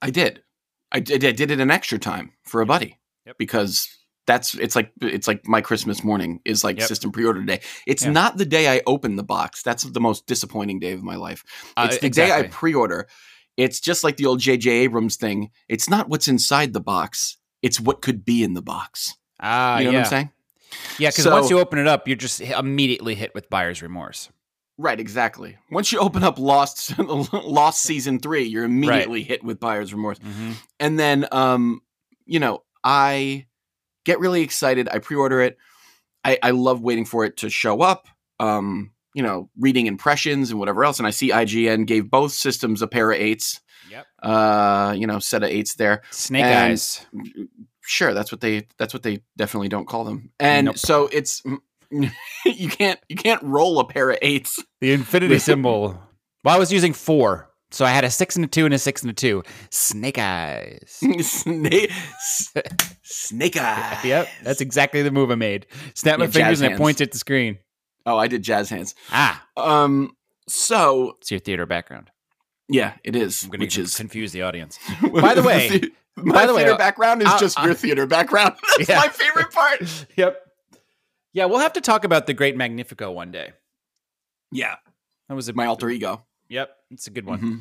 [SPEAKER 3] I did. I did. I did it an extra time for a buddy
[SPEAKER 1] Yep.
[SPEAKER 3] because that's it's like it's like my Christmas morning is like
[SPEAKER 1] Yep.
[SPEAKER 3] system pre-order day. It's
[SPEAKER 1] Yeah.
[SPEAKER 3] not the day I open the box. That's the most disappointing day of my life.
[SPEAKER 1] Uh,
[SPEAKER 3] It's the day I
[SPEAKER 1] exactly.
[SPEAKER 3] pre-order. It's just like the old J.J. Abrams thing. It's not what's inside the box. It's what could be in the box.
[SPEAKER 1] Ah,
[SPEAKER 3] You know
[SPEAKER 1] yeah.
[SPEAKER 3] what I'm saying?
[SPEAKER 1] Yeah, because
[SPEAKER 3] So-
[SPEAKER 1] once you open it up, you're just hi- immediately hit with buyer's remorse.
[SPEAKER 3] Right, exactly. Once you open up Lost, [LAUGHS] Lost season three, you're immediately hit with buyer's remorse. And then, um, you know, I get really excited. I pre-order it. I, I love waiting for it to show up. Um, you know, reading impressions and whatever else. And I see IGN gave both systems a pair of eights.
[SPEAKER 1] Yep.
[SPEAKER 3] Uh, you know, set of eights there.
[SPEAKER 1] Snake
[SPEAKER 3] And-
[SPEAKER 1] eyes.
[SPEAKER 3] Sure, that's what they that's what they definitely don't call them. And
[SPEAKER 1] Nope.
[SPEAKER 3] so it's [LAUGHS] you can't you can't roll a pair of eights. [LAUGHS]
[SPEAKER 1] The infinity symbol. Well, I was using four. So I had a six and a two and a six and a two. Snake
[SPEAKER 3] [LAUGHS]
[SPEAKER 1] eyes.
[SPEAKER 3] snake, s- snake eye.
[SPEAKER 1] yep. That's exactly the move I made. Snap my
[SPEAKER 3] Yeah, jazz
[SPEAKER 1] fingers and it
[SPEAKER 3] hands.
[SPEAKER 1] points at the screen.
[SPEAKER 3] Oh, I did jazz hands.
[SPEAKER 1] Ah,
[SPEAKER 3] Um. So
[SPEAKER 1] it's your theater background.
[SPEAKER 3] yeah, it is,
[SPEAKER 1] I'm going
[SPEAKER 3] which
[SPEAKER 1] to
[SPEAKER 3] is.
[SPEAKER 1] confuse the audience. [LAUGHS] By the way-
[SPEAKER 3] my
[SPEAKER 1] by the way,
[SPEAKER 3] theater
[SPEAKER 1] uh,
[SPEAKER 3] background is
[SPEAKER 1] uh,
[SPEAKER 3] just
[SPEAKER 1] uh,
[SPEAKER 3] your theater background. [LAUGHS] That's
[SPEAKER 1] Yeah.
[SPEAKER 3] my favorite part.
[SPEAKER 1] yep. Yeah, we'll have to talk about the Great Magnifico one day.
[SPEAKER 3] Yeah,
[SPEAKER 1] That was a,
[SPEAKER 3] my alter ego.
[SPEAKER 1] Yep, it's a good one.
[SPEAKER 3] Mhm.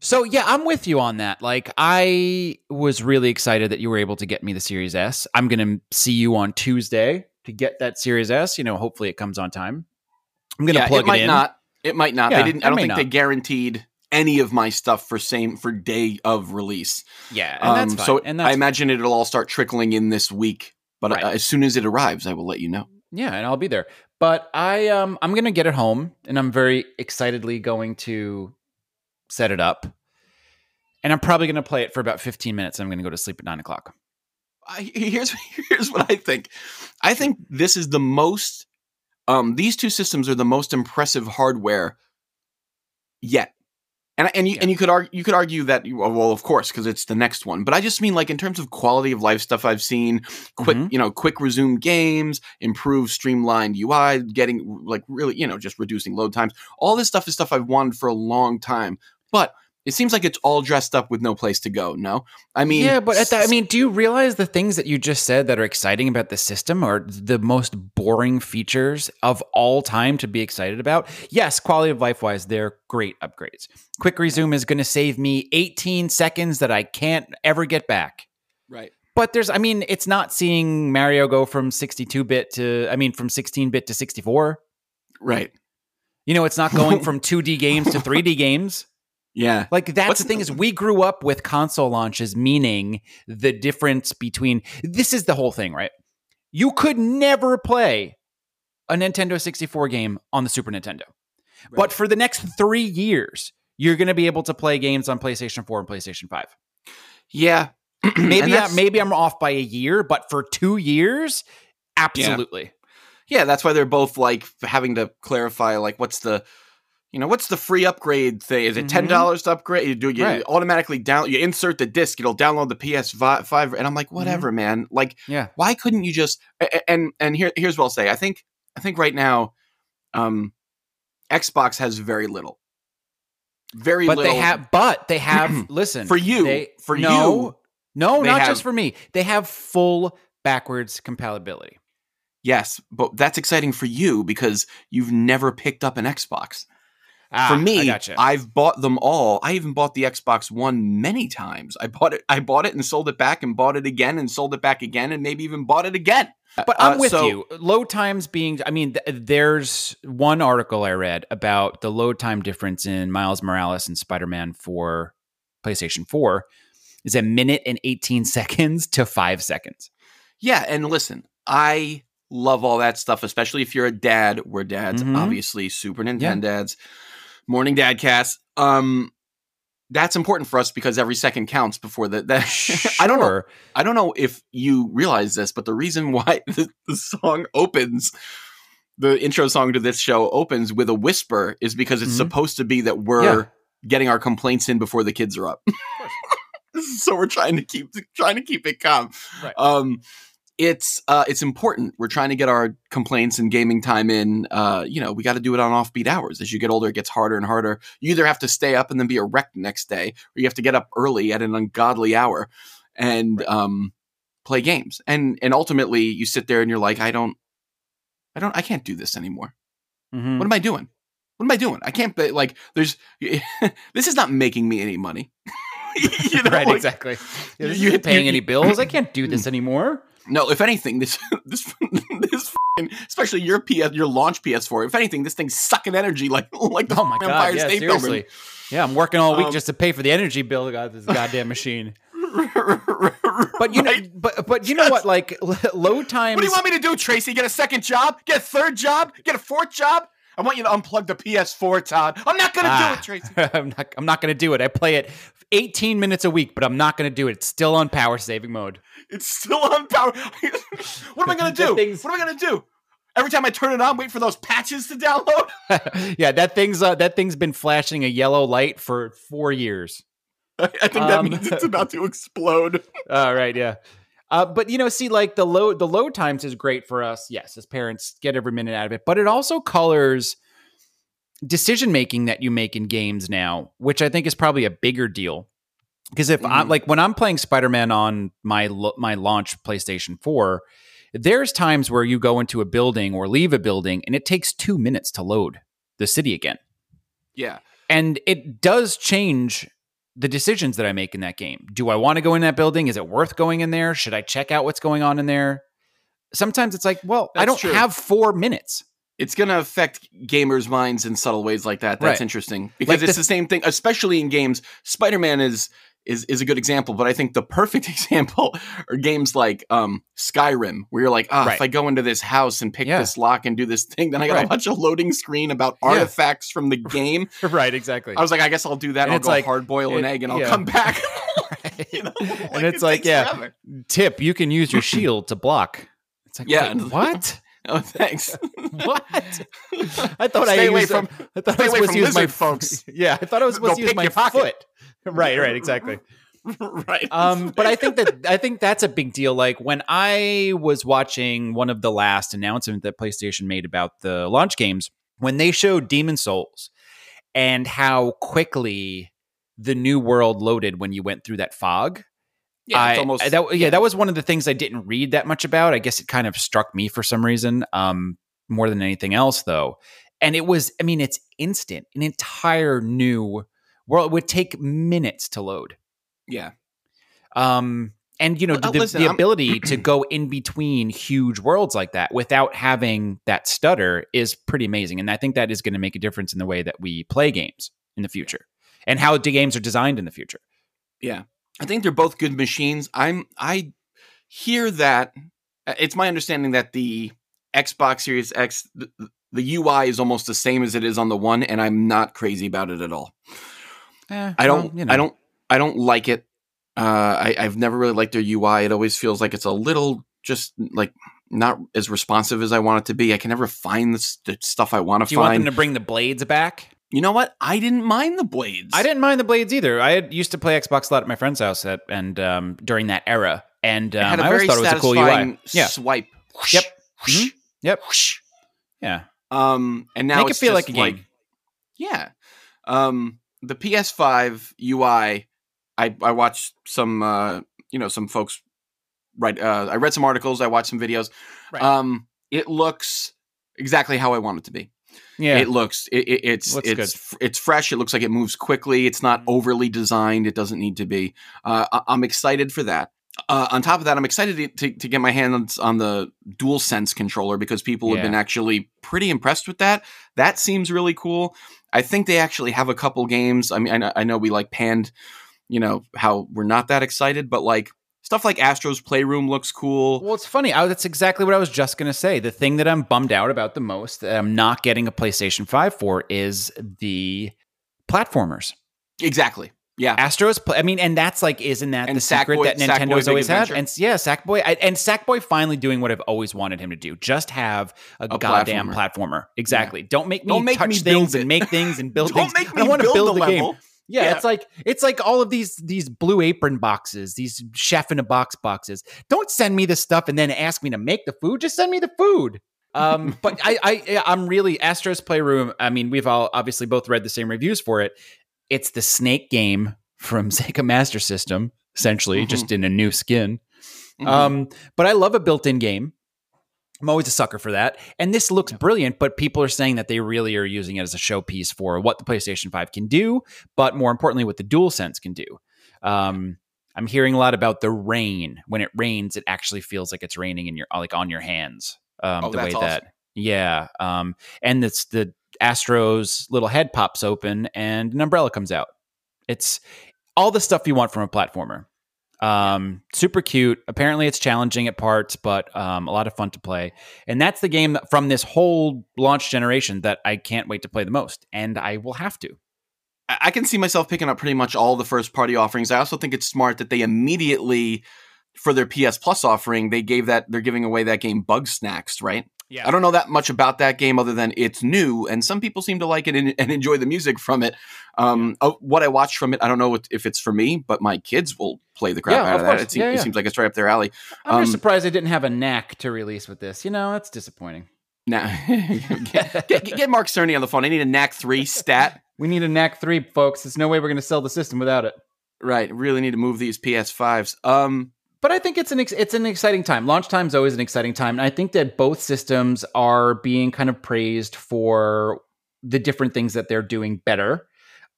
[SPEAKER 1] So yeah, I'm with you on that. Like I was really excited that you were able to get me the Series S. I'm going to see you on Tuesday to get that Series S, you know, hopefully it comes on time. I'm going to
[SPEAKER 3] Yeah,
[SPEAKER 1] plug
[SPEAKER 3] it might
[SPEAKER 1] in.
[SPEAKER 3] not. It might not.
[SPEAKER 1] Yeah,
[SPEAKER 3] they didn't.
[SPEAKER 1] it
[SPEAKER 3] I don't
[SPEAKER 1] may
[SPEAKER 3] think they
[SPEAKER 1] not.
[SPEAKER 3] guaranteed any of my stuff for same for day of release.
[SPEAKER 1] Yeah, and that's
[SPEAKER 3] Um,
[SPEAKER 1] fine.
[SPEAKER 3] So
[SPEAKER 1] and that's
[SPEAKER 3] I imagine it'll all start trickling in this week. But
[SPEAKER 1] Right.
[SPEAKER 3] uh, as soon as it arrives, I will let you know.
[SPEAKER 1] Yeah, and I'll be there. But I um I'm gonna get it home and I'm very excitedly going to set it up. and I'm probably going to play it for about 15 minutes. I'm going to go to sleep at nine o'clock.
[SPEAKER 3] I, here's [LAUGHS] here's what I think. I think this is the most. Um, these two systems are the most impressive hardware yet, and and you and you could argue you could argue that you- well, of course, because it's the next one. But I just mean like in terms of quality of life stuff I've seen. Quick,
[SPEAKER 1] Mhm.
[SPEAKER 3] you know, quick resume games, improved streamlined UI, getting like really, you know, just reducing load times. All this stuff is stuff I've wanted for a long time, but. It seems like it's all dressed up with no place to go. No, I mean,
[SPEAKER 1] yeah, but at that, I mean, do you realize the things that you just said that are exciting about the system are the most boring features of all time to be excited about? Yes, quality of life wise, they're great upgrades. Quick resume is going to save me 18 seconds that I can't ever get back.
[SPEAKER 3] right?
[SPEAKER 1] But there's, I mean, it's not seeing Mario go from 62 bit to, I mean, from 16 bit to 64.
[SPEAKER 3] Right.
[SPEAKER 1] You know, it's not going from 2D games to 3D games.
[SPEAKER 3] Yeah.
[SPEAKER 1] Like that's
[SPEAKER 3] What's
[SPEAKER 1] the thing
[SPEAKER 3] the-
[SPEAKER 1] is we grew up with console launches, meaning the difference between this is the whole thing, right? You could never play a Nintendo 64 game on the Super Nintendo. But for the next three years, you're gonna be able to play games on PlayStation 4 and PlayStation 5.
[SPEAKER 3] [CLEARS THROAT] Yeah. [CLEARS THROAT] And
[SPEAKER 1] Maybe I,
[SPEAKER 3] that's-
[SPEAKER 1] maybe I'm off by a year, but for two years, absolutely.
[SPEAKER 3] Yeah, that's why they're both like having to clarify like what's the you know, what's the free upgrade thing? Is it ten dollars to upgrade? You do you
[SPEAKER 1] Mm-hmm. Right.
[SPEAKER 3] automatically down you insert the disc, it'll download the PS5 and I'm like,
[SPEAKER 1] Mm-hmm.
[SPEAKER 3] whatever, man. Like
[SPEAKER 1] Yeah.
[SPEAKER 3] why couldn't you just a- a- and and here here's what I'll say. I think I think right now um Xbox has very little. Very
[SPEAKER 1] But
[SPEAKER 3] little.
[SPEAKER 1] they have but
[SPEAKER 3] [CLEARS THROAT]
[SPEAKER 1] they have listen
[SPEAKER 3] For you-
[SPEAKER 1] they-
[SPEAKER 3] for
[SPEAKER 1] no,
[SPEAKER 3] you,
[SPEAKER 1] No,
[SPEAKER 3] they
[SPEAKER 1] not
[SPEAKER 3] have-
[SPEAKER 1] just for me. They have full backwards compatibility.
[SPEAKER 3] Yes, but that's exciting for you because you've never picked up an Xbox.
[SPEAKER 1] Ah,
[SPEAKER 3] for me,
[SPEAKER 1] I gotcha.
[SPEAKER 3] I've bought them all. I even bought the Xbox One many times. I bought it, I bought it and sold it back, and bought it again and sold it back again, and maybe even bought it again.
[SPEAKER 1] but I'm
[SPEAKER 3] uh,
[SPEAKER 1] with
[SPEAKER 3] so-
[SPEAKER 1] you. Load times being, I mean, th- there's one article I read about the load time difference in Miles Morales and Spider Man for PlayStation 4 is a minute and 18 [LAUGHS] seconds to five seconds.
[SPEAKER 3] Yeah, and listen, I love all that stuff, especially if you're a dad. We're dads,
[SPEAKER 1] Mhm.
[SPEAKER 3] obviously, Super Nintendo dads, morning dad cast. Um, that's important for us because every second counts before the. [LAUGHS] That [LAUGHS] I don't know.
[SPEAKER 1] Sure.
[SPEAKER 3] I don't know if you realize this, but the reason [LAUGHS] why the, the song opens, the intro song to this show opens with a whisper is because it's
[SPEAKER 1] Mhm.
[SPEAKER 3] supposed to be that we're getting our complaints in before the kids are up. [LAUGHS] so we're trying to keep trying to keep it calm.
[SPEAKER 1] Right.
[SPEAKER 3] Um, it's uh, it's important. We're trying to get our complaints and gaming time in. Uh, you know, we got to do it on offbeat hours. As you get older, it gets harder and harder. You either have to stay up and then be a wreck the next day, or you have to get up early at an ungodly hour and um, play games. And and ultimately, you sit there and you're like, I don't, I don't, I can't do this anymore.
[SPEAKER 1] Mhm.
[SPEAKER 3] What am I doing? What am I doing? I can't be like. There's [LAUGHS] this is not making me any money. [LAUGHS]
[SPEAKER 1] [LAUGHS]
[SPEAKER 3] you know,
[SPEAKER 1] right,
[SPEAKER 3] like-
[SPEAKER 1] exactly.
[SPEAKER 3] you-
[SPEAKER 1] You,
[SPEAKER 3] you-
[SPEAKER 1] you paying
[SPEAKER 3] you-
[SPEAKER 1] any bills? I can't do this anymore.
[SPEAKER 3] [CLEARS THROAT] No, if anything, this [LAUGHS] this this fing especially your PS your launch PS4. If anything, this thing's sucking energy like like the
[SPEAKER 1] Oh my
[SPEAKER 3] Empire
[SPEAKER 1] god! Yeah,
[SPEAKER 3] State
[SPEAKER 1] seriously. Yeah, I'm working all week
[SPEAKER 3] Um,
[SPEAKER 1] just to pay for the energy bill. God, this goddamn machine.
[SPEAKER 3] Building.
[SPEAKER 1] [LAUGHS] But you know,
[SPEAKER 3] Right?
[SPEAKER 1] but but you know what? Like l- load times.
[SPEAKER 3] what do you want me to do, Tracy? Get a second job? Get a third job? Get a fourth job? I want you to unplug the PS4, Todd. I'm not gonna do
[SPEAKER 1] Ah.
[SPEAKER 3] it, Tracy.
[SPEAKER 1] [LAUGHS] I'm not. I'm not going to do it. I play it 18 minutes a week, but I'm not going to do it. It's still on power saving mode.
[SPEAKER 3] It's still on power. [LAUGHS] what am I gonna
[SPEAKER 1] The
[SPEAKER 3] do?
[SPEAKER 1] thing's-
[SPEAKER 3] What am I gonna do? Every time I turn it on, wait for those patches to download. [LAUGHS]
[SPEAKER 1] yeah, that thing's uh, that thing's been flashing a yellow light for four years.
[SPEAKER 3] I think that
[SPEAKER 1] Um,
[SPEAKER 3] means it's about to explode.
[SPEAKER 1] All Oh, right, yeah. Uh, but you know, see, like the low the load times is great for us. Yes, as parents, get every minute out of it. But it also colors decision making that you make in games now, which I think is probably a bigger deal. Because if I
[SPEAKER 3] Mhm.
[SPEAKER 1] like when I'm playing Spider Man on my lo- my launch PlayStation Four, there's times where you go into a building or leave a building, and it takes two minutes to load the city again
[SPEAKER 3] [LAUGHS] Yeah.
[SPEAKER 1] and it does change the decisions that I make in that game. Do I want to go in that building? Is it worth going in there? Should I check out what's going on in there? Sometimes it's like, well, I
[SPEAKER 3] That's
[SPEAKER 1] don't
[SPEAKER 3] true.
[SPEAKER 1] have four
[SPEAKER 3] [LAUGHS]
[SPEAKER 1] minutes.
[SPEAKER 3] it's going to affect gamers' minds in subtle ways like that. That's
[SPEAKER 1] Right.
[SPEAKER 3] interesting because
[SPEAKER 1] Like
[SPEAKER 3] it's
[SPEAKER 1] the-
[SPEAKER 3] the same thing, especially in games. Spider Man is is is a good example. But I think the perfect [LAUGHS] example are games like um, Skyrim, where you're like, ah, if
[SPEAKER 1] Right.
[SPEAKER 3] I go into this house and pick
[SPEAKER 1] Yeah.
[SPEAKER 3] this lock and do this thing, then I got to
[SPEAKER 1] Right.
[SPEAKER 3] watch a loading screen about
[SPEAKER 1] Yeah.
[SPEAKER 3] artifacts from the game.
[SPEAKER 1] right, exactly.
[SPEAKER 3] I was like, I guess I'll do that.
[SPEAKER 1] And
[SPEAKER 3] I'll
[SPEAKER 1] it's
[SPEAKER 3] go
[SPEAKER 1] like-
[SPEAKER 3] hard boil an
[SPEAKER 1] it-
[SPEAKER 3] egg and I'll
[SPEAKER 1] yeah.
[SPEAKER 3] come [LAUGHS] back. [LAUGHS] You know,
[SPEAKER 1] [LAUGHS] and it's
[SPEAKER 3] it
[SPEAKER 1] like,
[SPEAKER 3] takes
[SPEAKER 1] yeah,
[SPEAKER 3] forever.
[SPEAKER 1] tip, you can
[SPEAKER 3] [LAUGHS]
[SPEAKER 1] use your shield to block. It's like,
[SPEAKER 3] Yeah.
[SPEAKER 1] wait,
[SPEAKER 3] [LAUGHS]
[SPEAKER 1] what?
[SPEAKER 3] Oh, thanks.
[SPEAKER 1] what? I thought I
[SPEAKER 3] Stay away
[SPEAKER 1] used,
[SPEAKER 3] from-
[SPEAKER 1] I thought
[SPEAKER 3] stay
[SPEAKER 1] I was
[SPEAKER 3] away
[SPEAKER 1] supposed
[SPEAKER 3] from
[SPEAKER 1] to use my
[SPEAKER 3] lizard folks.
[SPEAKER 1] [LAUGHS] Yeah, I thought I was
[SPEAKER 3] Go
[SPEAKER 1] supposed to use
[SPEAKER 3] pick
[SPEAKER 1] my
[SPEAKER 3] your pocket.
[SPEAKER 1] foot. Right, right, exactly.
[SPEAKER 3] [LAUGHS] right.
[SPEAKER 1] um, but I think that
[SPEAKER 3] [LAUGHS]
[SPEAKER 1] I think that's a big deal. Like when I was watching one of the last announcements that PlayStation made about the launch games, when they showed Demon Souls and how quickly the new world loaded when you went through that fog.
[SPEAKER 3] yeah, it's
[SPEAKER 1] I-
[SPEAKER 3] almost
[SPEAKER 1] I- that, yeah, that was one of the things I didn't read that much about. I guess it kind of struck me for some reason, um, more than anything else, though. And it was, I mean, it's instant, an entire new world. It would take minutes to load
[SPEAKER 3] yeah.
[SPEAKER 1] um and you know
[SPEAKER 3] Well, uh,
[SPEAKER 1] the,
[SPEAKER 3] listen,
[SPEAKER 1] the
[SPEAKER 3] I'm- [CLEARS THROAT]
[SPEAKER 1] ability to go in between huge worlds like that without having that stutter is pretty amazing and i think that is going to make a difference in the way that we play games in the future and how the games are designed in the future
[SPEAKER 3] I think they're both good machines. I'm I hear that uh, it's my understanding that the Xbox Series X the, the UI is almost the same as it is on the one and I'm not crazy about it at all. I don't I don't I don't like it. Uh I I've never really liked their UI. It always feels like it's a little just like not as responsive as I want it to be. I can never find the, s- the stuff I want to
[SPEAKER 1] do you want
[SPEAKER 3] find.
[SPEAKER 1] them to bring the blades back
[SPEAKER 3] you know what? I didn't mind the blades.
[SPEAKER 1] I didn't mind the blades either. I had, used to play Xbox a lot at my friend's house at, and um, during that era, and
[SPEAKER 3] It
[SPEAKER 1] um,
[SPEAKER 3] had a
[SPEAKER 1] I always
[SPEAKER 3] very
[SPEAKER 1] thought it was a cool UI.
[SPEAKER 3] satisfying
[SPEAKER 1] Yeah,
[SPEAKER 3] swipe.
[SPEAKER 1] Yep. Mhm. Yep. yeah.
[SPEAKER 3] Um, and now
[SPEAKER 1] Make it
[SPEAKER 3] it's
[SPEAKER 1] feel
[SPEAKER 3] just
[SPEAKER 1] like a game.
[SPEAKER 3] yeah. Um, the PS5 UI. I I watched some uh, you know some folks write. Uh, I read some articles. I watched some videos.
[SPEAKER 1] Right.
[SPEAKER 3] Um, it looks exactly how I want it to be.
[SPEAKER 1] yeah.
[SPEAKER 3] It looks it, it, it's
[SPEAKER 1] Looks Mm-hmm.
[SPEAKER 3] it's f- it's fresh. It looks like it moves quickly. It's not overly designed. It doesn't need to be. Uh, I, I'm excited for that. Uh, on top of that, I'm excited to, to, to get my hands on the DualSense controller because people have
[SPEAKER 1] Yeah.
[SPEAKER 3] been actually pretty impressed with that. That seems really cool. I think they actually have a couple games. I mean, I know, I know we like panned, you know, how we're not that excited, but like stuff like Astro's Playroom looks cool.
[SPEAKER 1] Well, it's funny. I, that's exactly what I was just going to say. The thing that I'm bummed out about the most that I'm not getting a PlayStation 5 for is the platformers.
[SPEAKER 3] Exactly. Yeah.
[SPEAKER 1] Astro's, pl- I mean, and that's like, isn't that
[SPEAKER 3] And
[SPEAKER 1] the secret
[SPEAKER 3] Sackboy-
[SPEAKER 1] that
[SPEAKER 3] Sackboy
[SPEAKER 1] Nintendo's
[SPEAKER 3] Big
[SPEAKER 1] always had?
[SPEAKER 3] Adventure.
[SPEAKER 1] And s- yeah, Sackboy, I, and Sackboy finally doing what I've always wanted him to do. Just have a,
[SPEAKER 3] A
[SPEAKER 1] goddamn
[SPEAKER 3] platformer.
[SPEAKER 1] platformer. Exactly. Don't make me
[SPEAKER 3] Don't make
[SPEAKER 1] touch
[SPEAKER 3] me build
[SPEAKER 1] things
[SPEAKER 3] it.
[SPEAKER 1] and make things
[SPEAKER 3] [LAUGHS]
[SPEAKER 1] and build
[SPEAKER 3] Don't
[SPEAKER 1] things.
[SPEAKER 3] make
[SPEAKER 1] I
[SPEAKER 3] me
[SPEAKER 1] wanna
[SPEAKER 3] build,
[SPEAKER 1] build
[SPEAKER 3] the,
[SPEAKER 1] the game.
[SPEAKER 3] level.
[SPEAKER 1] Yeah,
[SPEAKER 3] Yeah.
[SPEAKER 1] it's like it's like all of these these blue apron boxes, these chef in a box boxes. Don't send me the stuff and then ask me to make the food. Just send me the food. Um, but I, I I'm really Astro's Playroom. I mean, we've all obviously both read the same reviews for it. It's the snake game from [LAUGHS] Sega Master System, essentially,
[SPEAKER 3] Mhm.
[SPEAKER 1] just in a new skin.
[SPEAKER 3] Mhm.
[SPEAKER 1] Um, but I love a built-in game. I'm always a sucker for that. And this looks brilliant, but people are saying that they really are using it as a showpiece for what the PlayStation 5 can do, but more importantly, what the DualSense can do. Um, I'm hearing a lot about the rain. When it rains, it actually feels like it's raining in your like on your hands. Um,
[SPEAKER 3] Oh,
[SPEAKER 1] the
[SPEAKER 3] that's
[SPEAKER 1] way that yeah. Um, and it's the Astro's little head pops open and an umbrella comes out. It's all the stuff you want from a platformer. Um, super cute. Apparently, it's challenging at parts, but um, a lot of fun to play. And that's the game that- from this whole launch generation that I can't wait to play the most, and I will have to.
[SPEAKER 3] I I can see myself picking up pretty much all the first party offerings. I also think it's smart that they immediately for their PS Plus offering, they gave that they're giving away that game Bug Snacks, right?
[SPEAKER 1] Yeah.
[SPEAKER 3] I don't know that much about that game other than it's new and some people seem to like it and, and enjoy the music from it. Um uh, what I watched from it, I don't know if it's for me, but my kids will play the
[SPEAKER 1] Yeah,
[SPEAKER 3] crap out
[SPEAKER 1] of
[SPEAKER 3] of, that.
[SPEAKER 1] course.
[SPEAKER 3] It, seems,
[SPEAKER 1] Yeah,
[SPEAKER 3] it
[SPEAKER 1] yeah.
[SPEAKER 3] seems like it's right up their alley.
[SPEAKER 1] I'm
[SPEAKER 3] Um,
[SPEAKER 1] just surprised I didn't have a knack to release with this. You know, that's disappointing.
[SPEAKER 3] Now [LAUGHS] get, get, get Mark Cerny on the phone. I need a knack
[SPEAKER 1] [LAUGHS]
[SPEAKER 3] 3 stat.
[SPEAKER 1] We need a knack three, folks. There's no way we're going to sell the system without it.
[SPEAKER 3] Right, really need to move these PS5s. Um
[SPEAKER 1] but I think it's an ex- it's an exciting time. Launch time's always an exciting time, and I think that both systems are being kind of praised for the different things that they're doing better.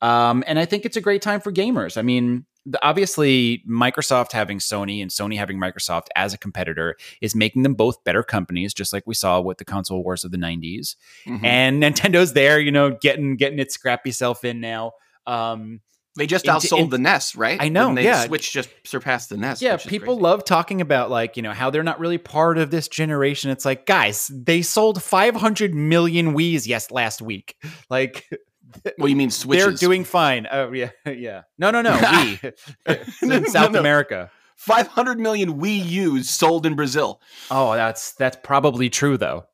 [SPEAKER 1] Um, and I think it's a great time for gamers. I mean, the, obviously, Microsoft having Sony and Sony having Microsoft as a competitor is making them both better companies, just like we saw with the console wars of the '90s
[SPEAKER 3] mhm.
[SPEAKER 1] and Nintendo's there, you know, getting getting its scrappy self in now. Um,
[SPEAKER 3] They just
[SPEAKER 1] It-
[SPEAKER 3] outsold
[SPEAKER 1] it-
[SPEAKER 3] the NES, right?
[SPEAKER 1] I know,
[SPEAKER 3] Didn't They
[SPEAKER 1] yeah.
[SPEAKER 3] Switch just surpassed the NES.
[SPEAKER 1] Yeah,
[SPEAKER 3] which is
[SPEAKER 1] people
[SPEAKER 3] crazy.
[SPEAKER 1] love talking about like, you know, how they're not really part of this generation. It's like, guys, they sold 500 million Wii's yes last week. [LAUGHS] Like
[SPEAKER 3] Well, you mean switches?
[SPEAKER 1] they're doing fine. Oh [LAUGHS] yeah, yeah. No,
[SPEAKER 3] [LAUGHS]
[SPEAKER 1] no, no. Wii. It's in [LAUGHS] South
[SPEAKER 3] No, no.
[SPEAKER 1] America.
[SPEAKER 3] 500 million Wii U's sold in Brazil.
[SPEAKER 1] Oh, that's that's probably true though.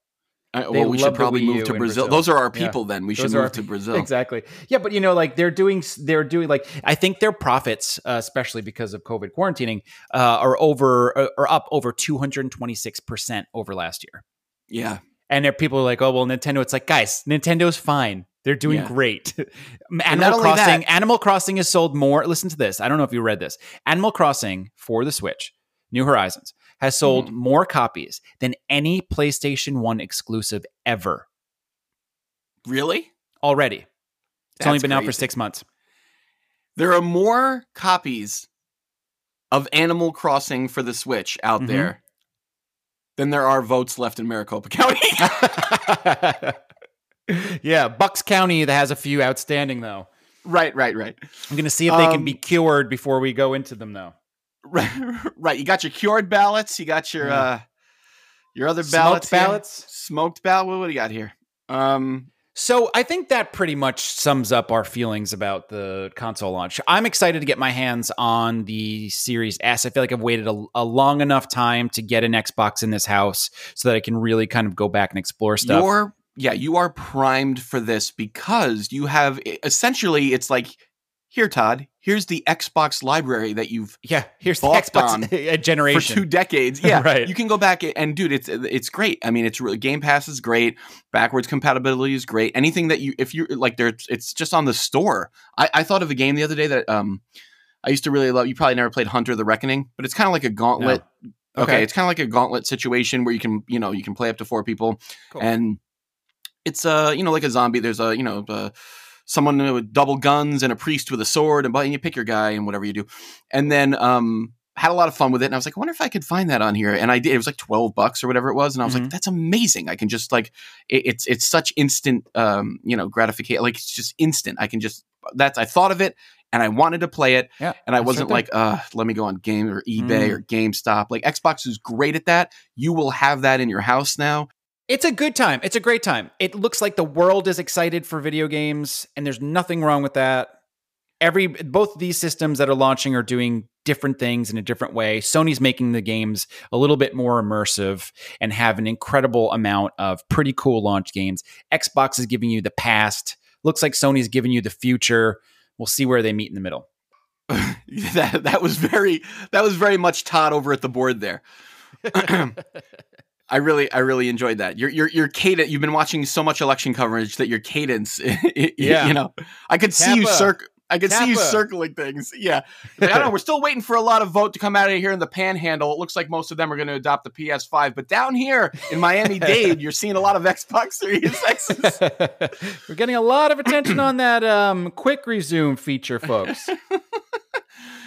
[SPEAKER 1] They
[SPEAKER 3] Uh, well,
[SPEAKER 1] love
[SPEAKER 3] we should
[SPEAKER 1] the
[SPEAKER 3] probably
[SPEAKER 1] Wii U
[SPEAKER 3] move to
[SPEAKER 1] in
[SPEAKER 3] Brazil.
[SPEAKER 1] Brazil.
[SPEAKER 3] Those are our
[SPEAKER 1] Yeah.
[SPEAKER 3] people. Then we should
[SPEAKER 1] Those
[SPEAKER 3] move
[SPEAKER 1] are-
[SPEAKER 3] to Brazil.
[SPEAKER 1] Exactly. Yeah, but you know, like they're doing, they're doing like I think their profits, uh, especially because of COVID quarantining, uh, are over, uh, are up over two hundred twenty six percent over last year.
[SPEAKER 3] Yeah,
[SPEAKER 1] And there people are like, oh well, Nintendo. It's like, guys, Nintendo's fine. They're doing
[SPEAKER 3] Yeah.
[SPEAKER 1] great. [LAUGHS]
[SPEAKER 3] not
[SPEAKER 1] Animal
[SPEAKER 3] only that-
[SPEAKER 1] Crossing. Animal Crossing has sold more. Listen to this. I don't know if you read this. Animal Crossing for the Switch, New Horizons, has sold
[SPEAKER 3] Mm-hmm.
[SPEAKER 1] more copies than any PlayStation One exclusive ever
[SPEAKER 3] really.
[SPEAKER 1] already. It's only
[SPEAKER 3] That's
[SPEAKER 1] been out for
[SPEAKER 3] crazy.
[SPEAKER 1] six months.
[SPEAKER 3] There are more copies of Animal Crossing for the Switch out
[SPEAKER 1] Mhm.
[SPEAKER 3] there than there are votes left in Maricopa County.
[SPEAKER 1] [LAUGHS]
[SPEAKER 3] [LAUGHS]
[SPEAKER 1] yeah, Bucks County that has a few outstanding though.
[SPEAKER 3] right, right, right.
[SPEAKER 1] I'm gonna see if they can
[SPEAKER 3] Um,
[SPEAKER 1] be cured before we go into them though.
[SPEAKER 3] Right, [LAUGHS] right. You got your cured ballots, you got your
[SPEAKER 1] Yeah.
[SPEAKER 3] uh your other
[SPEAKER 1] Smoked
[SPEAKER 3] ballots. here.
[SPEAKER 1] ballots?
[SPEAKER 3] Smoked ballot. What do you got here? Um
[SPEAKER 1] So I think that pretty much sums up our feelings about the console launch. I'm excited to get my hands on the Series S. I feel like I've waited a, a long enough time to get an Xbox in this house so that I can really kind of go back and explore stuff.
[SPEAKER 3] You're yeah, you are primed for this because you have e, essentially it's like here, Todd, here's the Xbox library that you've
[SPEAKER 1] yeah, here's the
[SPEAKER 3] Bought on
[SPEAKER 1] Xbox a [LAUGHS] generation.
[SPEAKER 3] for two decades. Yeah,
[SPEAKER 1] [LAUGHS] Right.
[SPEAKER 3] You can go back and dude, it's it's great. I mean, it's really Game Pass is great. Backwards compatibility is great. Anything that you if you like, there it's just on the store. I, I thought of a game the other day that um I used to really love. You probably never played Hunter the Reckoning, but it's kind of like a gauntlet. Okay.
[SPEAKER 1] Okay.
[SPEAKER 3] it's kind of like a gauntlet situation where you can you know you can play up to four people
[SPEAKER 1] Cool.
[SPEAKER 3] and it's uh you know like a zombie. There's a you know. Uh, Someone with double guns and a priest with a sword, and, bu- and you pick your guy and whatever you do and then um had a lot of fun with it and i was like i wonder if i could find that on here and i did it was like 12 bucks or whatever it was and i was
[SPEAKER 1] Mhm.
[SPEAKER 3] like that's amazing i can just like it, it's it's such instant um you know gratification like it's just instant i can just that's i thought of it and i wanted to play it
[SPEAKER 1] Yeah,
[SPEAKER 3] and i
[SPEAKER 1] that's
[SPEAKER 3] wasn't
[SPEAKER 1] right
[SPEAKER 3] like uh let me go on game or ebay
[SPEAKER 1] Mm.
[SPEAKER 3] or gamestop like xbox is great at that you will have that in your house now
[SPEAKER 1] It's a good time. It's a great time. It looks like the world is excited for video games, and there's nothing wrong with that. Every both of these systems that are launching are doing different things in a different way. Sony's making the games a little bit more immersive and have an incredible amount of pretty cool launch games. Xbox is giving you the past. Looks like Sony's giving you the future. We'll see where they meet in the middle.
[SPEAKER 3] [LAUGHS] that that was very that was very much Todd over at the board there. I really I really enjoyed that. Your your your cadence. You've been watching so much election coverage that your cadence. [LAUGHS]
[SPEAKER 1] Yeah.
[SPEAKER 3] yeah. You know, I could see you
[SPEAKER 1] Tampa.
[SPEAKER 3] circ. I could see you
[SPEAKER 1] Tampa.
[SPEAKER 3] circling things. Yeah. Like, I don't know. We're still waiting for a lot of vote to come out of here in the panhandle. It looks like most of them are going to adopt the PS5. But down here in Miami Dade, you're seeing a lot of Xbox [LAUGHS] Series
[SPEAKER 1] [LAUGHS]
[SPEAKER 3] X's.
[SPEAKER 1] We're getting a lot of attention on that um, quick resume feature, folks.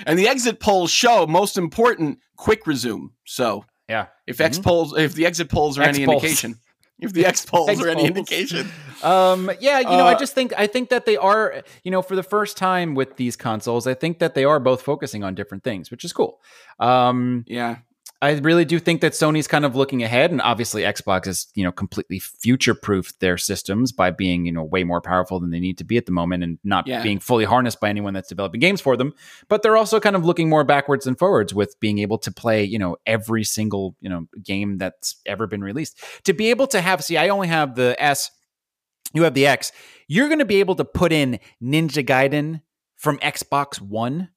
[SPEAKER 3] And the exit polls show most important quick resume. So
[SPEAKER 1] Yeah.
[SPEAKER 3] if X polls, if the exit polls are any
[SPEAKER 1] Mm-hmm. X polls.
[SPEAKER 3] indication, [LAUGHS] if
[SPEAKER 1] [LAUGHS]
[SPEAKER 3] the X polls
[SPEAKER 1] X
[SPEAKER 3] are any
[SPEAKER 1] polls. [LAUGHS]
[SPEAKER 3] indication,
[SPEAKER 1] Um, yeah, you know, I
[SPEAKER 3] Uh,
[SPEAKER 1] just think I think that they are, you know, for the first time with these consoles, I think that they are both focusing on different things, which is cool. Um,
[SPEAKER 3] yeah,
[SPEAKER 1] I really do think that Sony's kind of looking ahead, and obviously Xbox is, you know, completely future-proofed their systems by being, you know, way more powerful than they need to be at the moment, and not
[SPEAKER 3] Yeah.
[SPEAKER 1] being fully harnessed by anyone that's developing games for them. But they're also kind of looking more backwards and forwards with being able to play, you know, every single, you know, game that's ever been released. To be able to have, see, I only have the S, you have the X. You're going to be able to put in Ninja Gaiden from Xbox One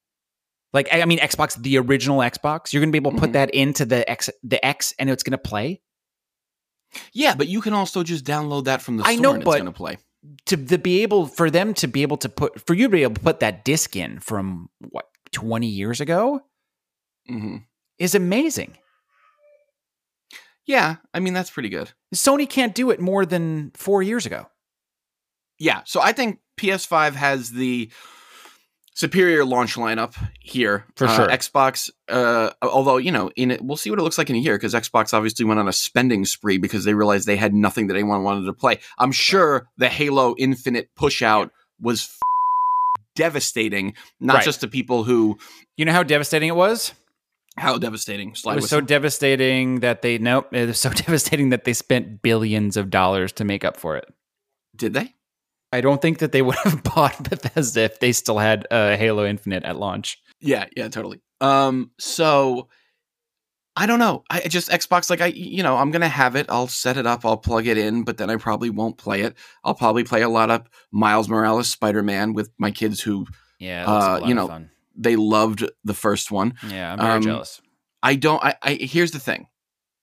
[SPEAKER 1] like I I mean Xbox, the original Xbox. You're gonna be able to put
[SPEAKER 3] Mhm.
[SPEAKER 1] that into the X, the X, and it's gonna play.
[SPEAKER 3] yeah. But you can also just download that from the
[SPEAKER 1] I
[SPEAKER 3] store
[SPEAKER 1] know,
[SPEAKER 3] and
[SPEAKER 1] but-
[SPEAKER 3] it's going to play.
[SPEAKER 1] To, to be able for them to be able to put for you to be able to put that disc in from what 20 years ago
[SPEAKER 3] hmm
[SPEAKER 1] is amazing.
[SPEAKER 3] Yeah, I mean that's pretty good.
[SPEAKER 1] Sony can't do it more than four years ago.
[SPEAKER 3] Yeah, so I think PS5 has the superior launch lineup here
[SPEAKER 1] For
[SPEAKER 3] Uh,
[SPEAKER 1] sure.
[SPEAKER 3] Xbox, uh, although you know, in it, we'll see what it looks like in a year because Xbox obviously went on a spending spree because they realized they had nothing that anyone wanted to play. I'm sure the Halo Infinite push out was f- devastating, not
[SPEAKER 1] Right.
[SPEAKER 3] just to people who
[SPEAKER 1] You know how devastating it was?
[SPEAKER 3] how devastating. Slide
[SPEAKER 1] it was so
[SPEAKER 3] whistle.
[SPEAKER 1] devastating that they nope. It was so [LAUGHS] devastating that they spent billions of dollars to make up for it.
[SPEAKER 3] did they?
[SPEAKER 1] I don't think that they would have [LAUGHS] bought Bethesda if they still had uh, Halo Infinite at launch.
[SPEAKER 3] Yeah, yeah, totally. Um, so I don't know. I I just Xbox, like I, you know, I'm gonna have it. I'll set it up. I'll plug it in, but then I probably won't play it. I'll probably play a lot of Miles Morales Spider Man with my kids, who
[SPEAKER 1] Yeah,
[SPEAKER 3] Uh, you know,
[SPEAKER 1] fun.
[SPEAKER 3] they loved the first one.
[SPEAKER 1] Yeah, I'm very
[SPEAKER 3] um,
[SPEAKER 1] jealous.
[SPEAKER 3] I don't. I, I here's the thing.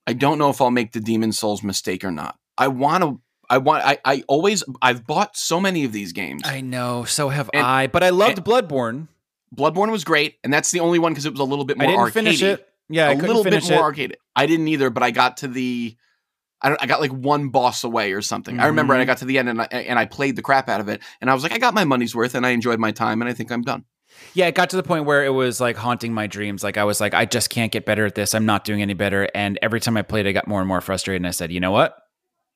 [SPEAKER 3] I don't know if I'll make the Demon Souls mistake or not. I want to. I want. I, I always. I've bought so many of these games.
[SPEAKER 1] I know. So have
[SPEAKER 3] and-
[SPEAKER 1] I. But I loved
[SPEAKER 3] and-
[SPEAKER 1] Bloodborne.
[SPEAKER 3] Bloodborne was great, and that's the only one because it was a little bit
[SPEAKER 1] I
[SPEAKER 3] more.
[SPEAKER 1] didn't finish
[SPEAKER 3] arcadey.
[SPEAKER 1] it. Yeah, I
[SPEAKER 3] a
[SPEAKER 1] couldn't
[SPEAKER 3] little bit
[SPEAKER 1] finish
[SPEAKER 3] more
[SPEAKER 1] it.
[SPEAKER 3] arcade. I didn't either, but I got to the. I, don't, I got like one boss away or something. I remember
[SPEAKER 1] Mhm.
[SPEAKER 3] I got to the end and I, and I played the crap out of it, and I was like, I got my money's worth, and I enjoyed my time, and I think I'm done.
[SPEAKER 1] Yeah, it got to the point where it was like haunting my dreams. Like I was like, I just can't get better at this. I'm not doing any better. And every time I played, I got more and more frustrated. And I said, you know what?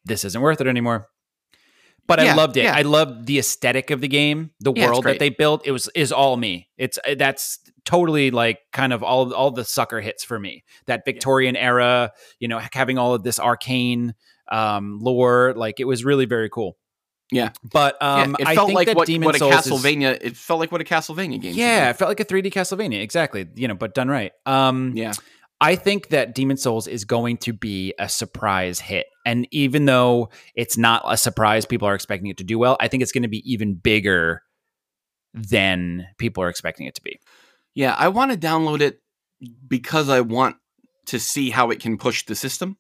[SPEAKER 1] This isn't worth it anymore. But I
[SPEAKER 3] Yeah,
[SPEAKER 1] loved it.
[SPEAKER 3] yeah.
[SPEAKER 1] I loved the aesthetic of the game, the
[SPEAKER 3] Yeah, it's
[SPEAKER 1] world that
[SPEAKER 3] great.
[SPEAKER 1] they built. It was is all me. It's uh, that's totally like kind of all all the sucker hits for me. That Victorian era, you know, having all of this arcane um lore, like it was really very cool.
[SPEAKER 3] Yeah.
[SPEAKER 1] But
[SPEAKER 3] Yeah,
[SPEAKER 1] um
[SPEAKER 3] it
[SPEAKER 1] I
[SPEAKER 3] felt
[SPEAKER 1] think
[SPEAKER 3] like
[SPEAKER 1] that
[SPEAKER 3] what,
[SPEAKER 1] Demon
[SPEAKER 3] what a
[SPEAKER 1] Souls is-
[SPEAKER 3] Castlevania. It felt like what a Castlevania game. should
[SPEAKER 1] yeah, it felt like a 3D Castlevania, exactly. You know, but done right. Um,
[SPEAKER 3] be. yeah.
[SPEAKER 1] I think that Demon Souls is going to be a surprise hit, and even though it's not a surprise, people are expecting it to do well. I think it's going to be even bigger than people are expecting it to be.
[SPEAKER 3] Yeah, I want to download it because I want to see how it can push the system.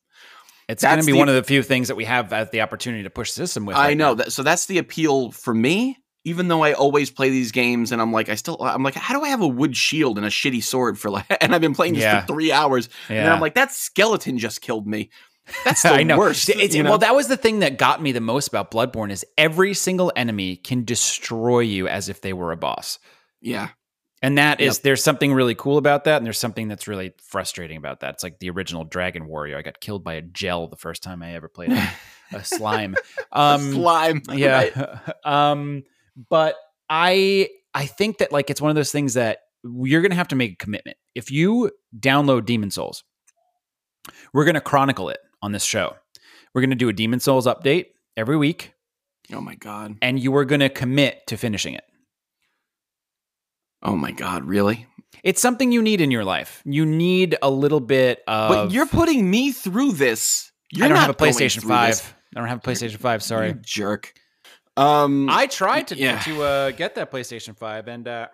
[SPEAKER 1] It's going to
[SPEAKER 3] That's
[SPEAKER 1] be
[SPEAKER 3] the-
[SPEAKER 1] one of the few things that we have at the opportunity to push the system with.
[SPEAKER 3] I
[SPEAKER 1] right
[SPEAKER 3] know
[SPEAKER 1] now.
[SPEAKER 3] that, so that's the appeal for me. Even though I always play these games, and I'm like, I still, I'm like, how do I have a wood shield and a shitty sword for like? [LAUGHS] And I've been playing this
[SPEAKER 1] Yeah.
[SPEAKER 3] for three hours, and
[SPEAKER 1] Yeah.
[SPEAKER 3] then I'm like, that skeleton just killed me.
[SPEAKER 1] [LAUGHS]
[SPEAKER 3] That's the
[SPEAKER 1] I know.
[SPEAKER 3] worst.
[SPEAKER 1] It's-
[SPEAKER 3] you know?
[SPEAKER 1] Well, that was the thing that got me the most about Bloodborne is every single enemy can destroy you as if they were a boss. [LAUGHS]
[SPEAKER 3] yeah,
[SPEAKER 1] And that is,
[SPEAKER 3] Yep.
[SPEAKER 1] there's something really cool about that, and there's something that's really frustrating about that. It's like the original Dragon Warrior. I got killed by a gel the first time I ever played it.
[SPEAKER 3] [LAUGHS]
[SPEAKER 1] a slime. Um,
[SPEAKER 3] slime. [LAUGHS] Right.
[SPEAKER 1] yeah. [LAUGHS] um, but I, I think that like it's one of those things that you're gonna have to make a commitment. If you download Demon Souls, we're gonna chronicle it on this show. We're gonna do a Demon Souls update every week,
[SPEAKER 3] Oh my god.
[SPEAKER 1] and you are gonna commit to finishing it.
[SPEAKER 3] Oh my god. Really?
[SPEAKER 1] It's something you need in your life. You need a little bit of.
[SPEAKER 3] but you're putting me through this. You're
[SPEAKER 1] I don't
[SPEAKER 3] not
[SPEAKER 1] have a
[SPEAKER 3] going
[SPEAKER 1] PlayStation
[SPEAKER 3] through
[SPEAKER 1] Five.
[SPEAKER 3] this.
[SPEAKER 1] I don't have a PlayStation Five.
[SPEAKER 3] You
[SPEAKER 1] Sorry.
[SPEAKER 3] jerk. Um,
[SPEAKER 1] I tried to
[SPEAKER 3] Yeah.
[SPEAKER 1] to uh, get that PlayStation Five, and uh,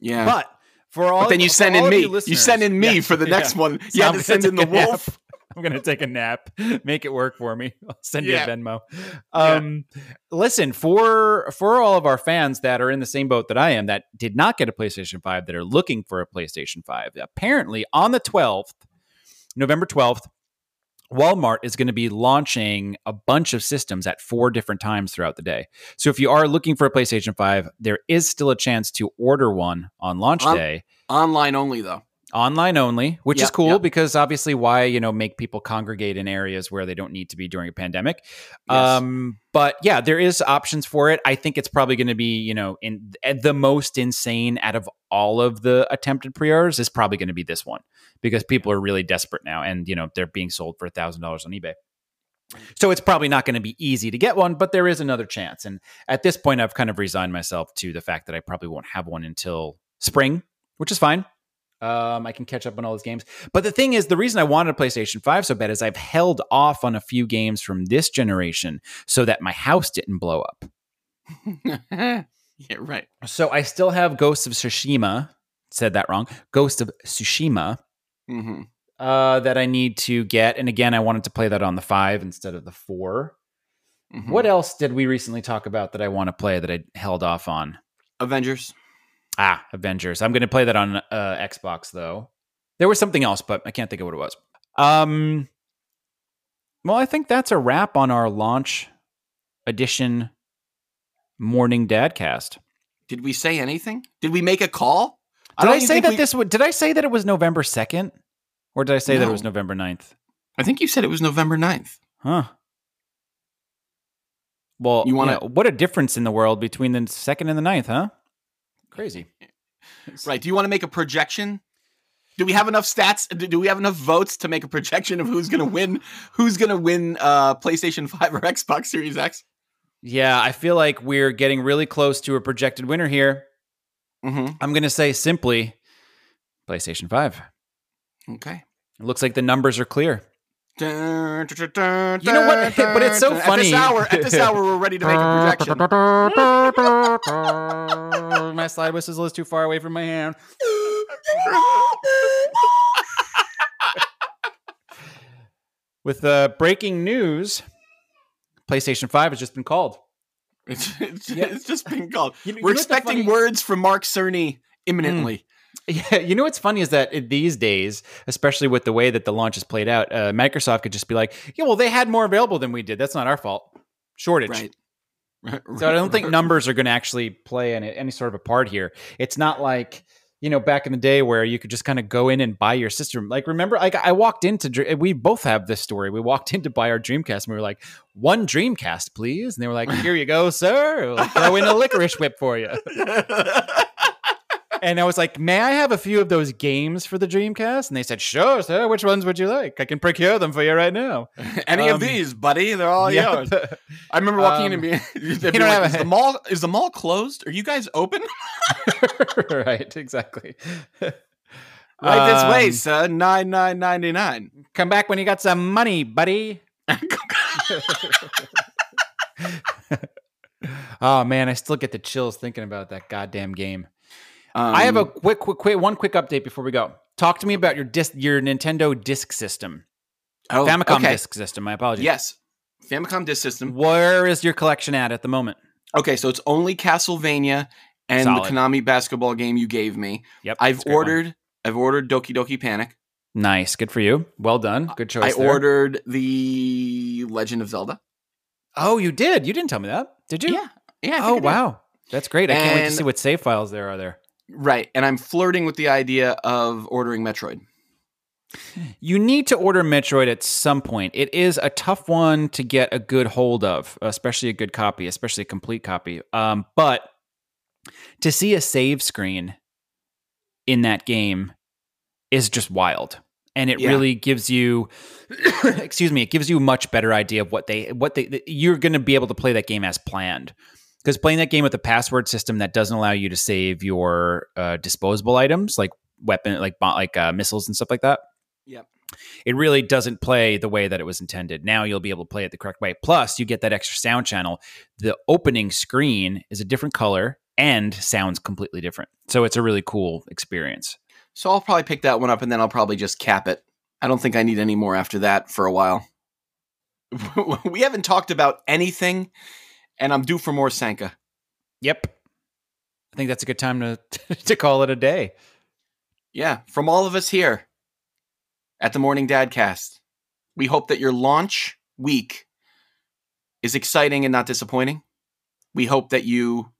[SPEAKER 3] yeah.
[SPEAKER 1] but for all,
[SPEAKER 3] but then you
[SPEAKER 1] for
[SPEAKER 3] send
[SPEAKER 1] all
[SPEAKER 3] in
[SPEAKER 1] of
[SPEAKER 3] me.
[SPEAKER 1] you,
[SPEAKER 3] You send in me
[SPEAKER 1] listeners-
[SPEAKER 3] for the
[SPEAKER 1] Yeah.
[SPEAKER 3] next one.
[SPEAKER 1] So
[SPEAKER 3] You
[SPEAKER 1] I'm
[SPEAKER 3] had
[SPEAKER 1] gonna
[SPEAKER 3] to send in the
[SPEAKER 1] take a nap.
[SPEAKER 3] wolf.
[SPEAKER 1] [LAUGHS] I'm gonna take a nap. Make it work for me. [LAUGHS] I'll send
[SPEAKER 3] Yeah.
[SPEAKER 1] you a Venmo.
[SPEAKER 3] Yeah.
[SPEAKER 1] Um, Listen for for all of our fans that are in the same boat that I am that did not get a PlayStation Five that are looking for a PlayStation Five. Apparently, on the 12th, November 12th, Walmart is going to be launching a bunch of systems at four different times throughout the day. So if you are looking for a PlayStation 5, there is still a chance to order one on launch
[SPEAKER 3] Um,
[SPEAKER 1] day
[SPEAKER 3] Online only though. [LAUGHS]
[SPEAKER 1] online only, which is
[SPEAKER 3] Yeah,
[SPEAKER 1] cool
[SPEAKER 3] yeah.
[SPEAKER 1] because obviously why, you know, make people congregate in areas where they don't need to be during a pandemic.
[SPEAKER 3] Yes.
[SPEAKER 1] Um but yeah, there is options for it. I think it's probably going to be, you know, in at the most insane out of all of the attempted pre-orders is probably going to be this one because people are really desperate now and, you know, they're being sold for $1000 on eBay. So it's probably not going to be easy to get one, but there is another chance. And at this point, I've kind of resigned myself to the fact that I probably won't have one until spring, which is fine. Um, I can catch up on all those games. But the thing is, the reason I wanted a PlayStation 5 so bad is I've held off on a few games from this generation so that my house didn't blow up.
[SPEAKER 3] yeah. Right.
[SPEAKER 1] So I still have Ghost of Tsushima, said that wrong, Ghost of Tsushima
[SPEAKER 3] hmm
[SPEAKER 1] uh, that I need to get. And again, I wanted to play that on the 5 instead of the 4.
[SPEAKER 3] Mhm.
[SPEAKER 1] What else did we recently talk about that I want to play that I held off on?
[SPEAKER 3] Avengers?
[SPEAKER 1] Ah, Avengers. I'm going to play that on uh, Xbox though. There was something else, but I can't think of what it was. Um, well, I think that's a wrap on our launch edition morning dadcast.
[SPEAKER 3] Did we say anything? Did we make a call?
[SPEAKER 1] Did I,
[SPEAKER 3] even
[SPEAKER 1] say
[SPEAKER 3] think
[SPEAKER 1] that
[SPEAKER 3] we-
[SPEAKER 1] this would? Did I say that it was November second, or did I say that it was
[SPEAKER 3] No.
[SPEAKER 1] November 9th?
[SPEAKER 3] I think you said it was November 9th.
[SPEAKER 1] Huh. Well,
[SPEAKER 3] You
[SPEAKER 1] you want
[SPEAKER 3] wanna-
[SPEAKER 1] to? what a difference in the world between the second and the ninth, huh? Crazy.
[SPEAKER 3] Right. Do you want to make a projection? Do we have enough stats? Do- Do we have enough votes to make a projection of who's going to win? Who's going to win uh, PlayStation [LAUGHS] 5 or Xbox Series X?
[SPEAKER 1] Yeah, I feel like we're getting really close to a projected winner here.
[SPEAKER 3] Mm-hmm.
[SPEAKER 1] I'm going to say simply PlayStation 5.
[SPEAKER 3] Okay.
[SPEAKER 1] It looks like the numbers are clear.
[SPEAKER 3] You know
[SPEAKER 1] know what? [LAUGHS] But it's so
[SPEAKER 3] At this
[SPEAKER 1] funny.
[SPEAKER 3] hour, at this hour, we're ready to make a
[SPEAKER 1] [LAUGHS]
[SPEAKER 3] projection.
[SPEAKER 1] my slide whistle is too far away from my hand. With uh, breaking news, PlayStation 5 has just been called. [LAUGHS]
[SPEAKER 3] It's, it's,
[SPEAKER 1] Yeah.
[SPEAKER 3] it's just been called.
[SPEAKER 1] You know- you know
[SPEAKER 3] We're
[SPEAKER 1] what the
[SPEAKER 3] expecting
[SPEAKER 1] funny-
[SPEAKER 3] words from Mark Cerny imminently.
[SPEAKER 1] Yeah, you know what's funny is that in these days, especially with the way that the launch has played out, uh, Microsoft could just be like, "Yeah, well, they had more available than we did. That's not our fault. Shortage."
[SPEAKER 3] Right.
[SPEAKER 1] Hmm. So I don't
[SPEAKER 3] [LAUGHS]
[SPEAKER 1] think numbers are going to actually play any, any sort of a part here. It's not like you know back in the day where you could just kind of go in and buy your system. Like remember, like I walked into Dr- we both have this story. We walked in to buy our Dreamcast, and we were like, "One Dreamcast, please," and they were like, "Here you go, sir. We'll throw in a licorice whip for you." And I was like, "May I have a few of those games for the Dreamcast?" And they said, "Sure, sir. Which ones would you like? I can procure them for you right now."
[SPEAKER 3] Any of
[SPEAKER 1] Um,
[SPEAKER 3] these, buddy? They're
[SPEAKER 1] [LAUGHS]
[SPEAKER 3] all
[SPEAKER 1] Yeah.
[SPEAKER 3] yours. I remember walking in and
[SPEAKER 1] Um,
[SPEAKER 3] [LAUGHS] being, they'd be
[SPEAKER 1] don't have
[SPEAKER 3] like,
[SPEAKER 1] a
[SPEAKER 3] is the
[SPEAKER 1] head."
[SPEAKER 3] mall is the mall closed? Are you guys open? [LAUGHS]
[SPEAKER 1] [LAUGHS] right, [LAUGHS] exactly.
[SPEAKER 3] Right this way,
[SPEAKER 1] Um,
[SPEAKER 3] son. Nine nine ninety nine.
[SPEAKER 1] Come back when you got some money, buddy. [LAUGHS] oh man, I still get the chills thinking about that goddamn game. I have a
[SPEAKER 3] Um,
[SPEAKER 1] quick, quick, quick, one quick update before we go. Talk to me about your disc, your Nintendo disc system, Famicom disc system. My apologies.
[SPEAKER 3] oh, Yes, Famicom disc
[SPEAKER 1] um
[SPEAKER 3] system.
[SPEAKER 1] Where is your collection at at the moment?
[SPEAKER 3] Okay, so it's only Castlevania and
[SPEAKER 1] Solid.
[SPEAKER 3] the Konami basketball game you gave me.
[SPEAKER 1] Yep.
[SPEAKER 3] I've
[SPEAKER 1] that's a great one.
[SPEAKER 3] ordered. I've ordered Doki Doki Panic.
[SPEAKER 1] Nice. Good for you. Well done. Good choice.
[SPEAKER 3] I
[SPEAKER 1] there.
[SPEAKER 3] ordered the Legend of Zelda.
[SPEAKER 1] Oh, you did. You didn't tell me that. Did you?
[SPEAKER 3] Yeah. Yeah. I think I
[SPEAKER 1] Oh
[SPEAKER 3] did.
[SPEAKER 1] wow, that's great. I can't wait to
[SPEAKER 3] And-
[SPEAKER 1] see what save files there are there.
[SPEAKER 3] Right, and I'm flirting with the idea of ordering Metroid.
[SPEAKER 1] You need to order Metroid at some point. It is a tough one to get a good hold of, especially a good copy, especially a complete copy. Um, but to see a save screen in that game is just wild. And it
[SPEAKER 3] Yeah.
[SPEAKER 1] really gives you, [COUGHS] excuse me, it gives you a much better idea of what they, what they, you're going to be able to play that game as planned. Because playing that game with a password system that doesn't allow you to save your uh, disposable items, like weapon, like bo- like uh, missiles and stuff like that, it really doesn't play the way that it was intended. Now you'll be able to play it the correct way. Plus, you get that extra sound channel. The opening screen is a different color and sounds completely different. So it's a really cool experience.
[SPEAKER 3] So I'll probably pick that one up and then I'll probably just cap it. I don't think I need any more after that for a while. [LAUGHS] we haven't talked about anything, and I'm due for more Sanka.
[SPEAKER 1] Yep. I think that's a good time to [LAUGHS] to call it a day.
[SPEAKER 3] Yeah, from all of us here at the Morning Dadcast, we hope that your launch week is exciting and not disappointing. We hope that you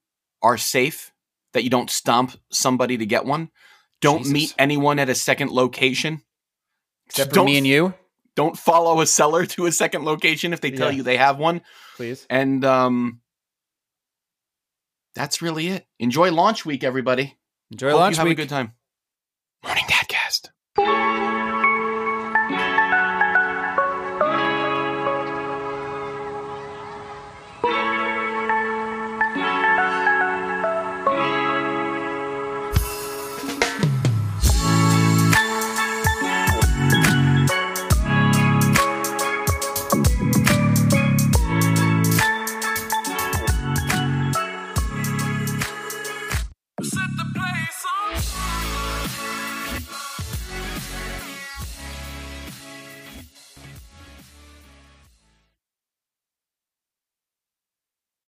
[SPEAKER 3] are safe, that you don't stomp somebody to get one. Don't
[SPEAKER 1] Jesus.
[SPEAKER 3] meet anyone at a second location.
[SPEAKER 1] Except for
[SPEAKER 3] Don't
[SPEAKER 1] me and you,
[SPEAKER 3] don't follow a seller [LAUGHS] to a second location if they tell
[SPEAKER 1] Yeah.
[SPEAKER 3] you they have one.
[SPEAKER 1] please.
[SPEAKER 3] And um, that's really it. Enjoy launch week, everybody.
[SPEAKER 1] Enjoy
[SPEAKER 3] Hope
[SPEAKER 1] launch
[SPEAKER 3] you have
[SPEAKER 1] week.
[SPEAKER 3] a good time.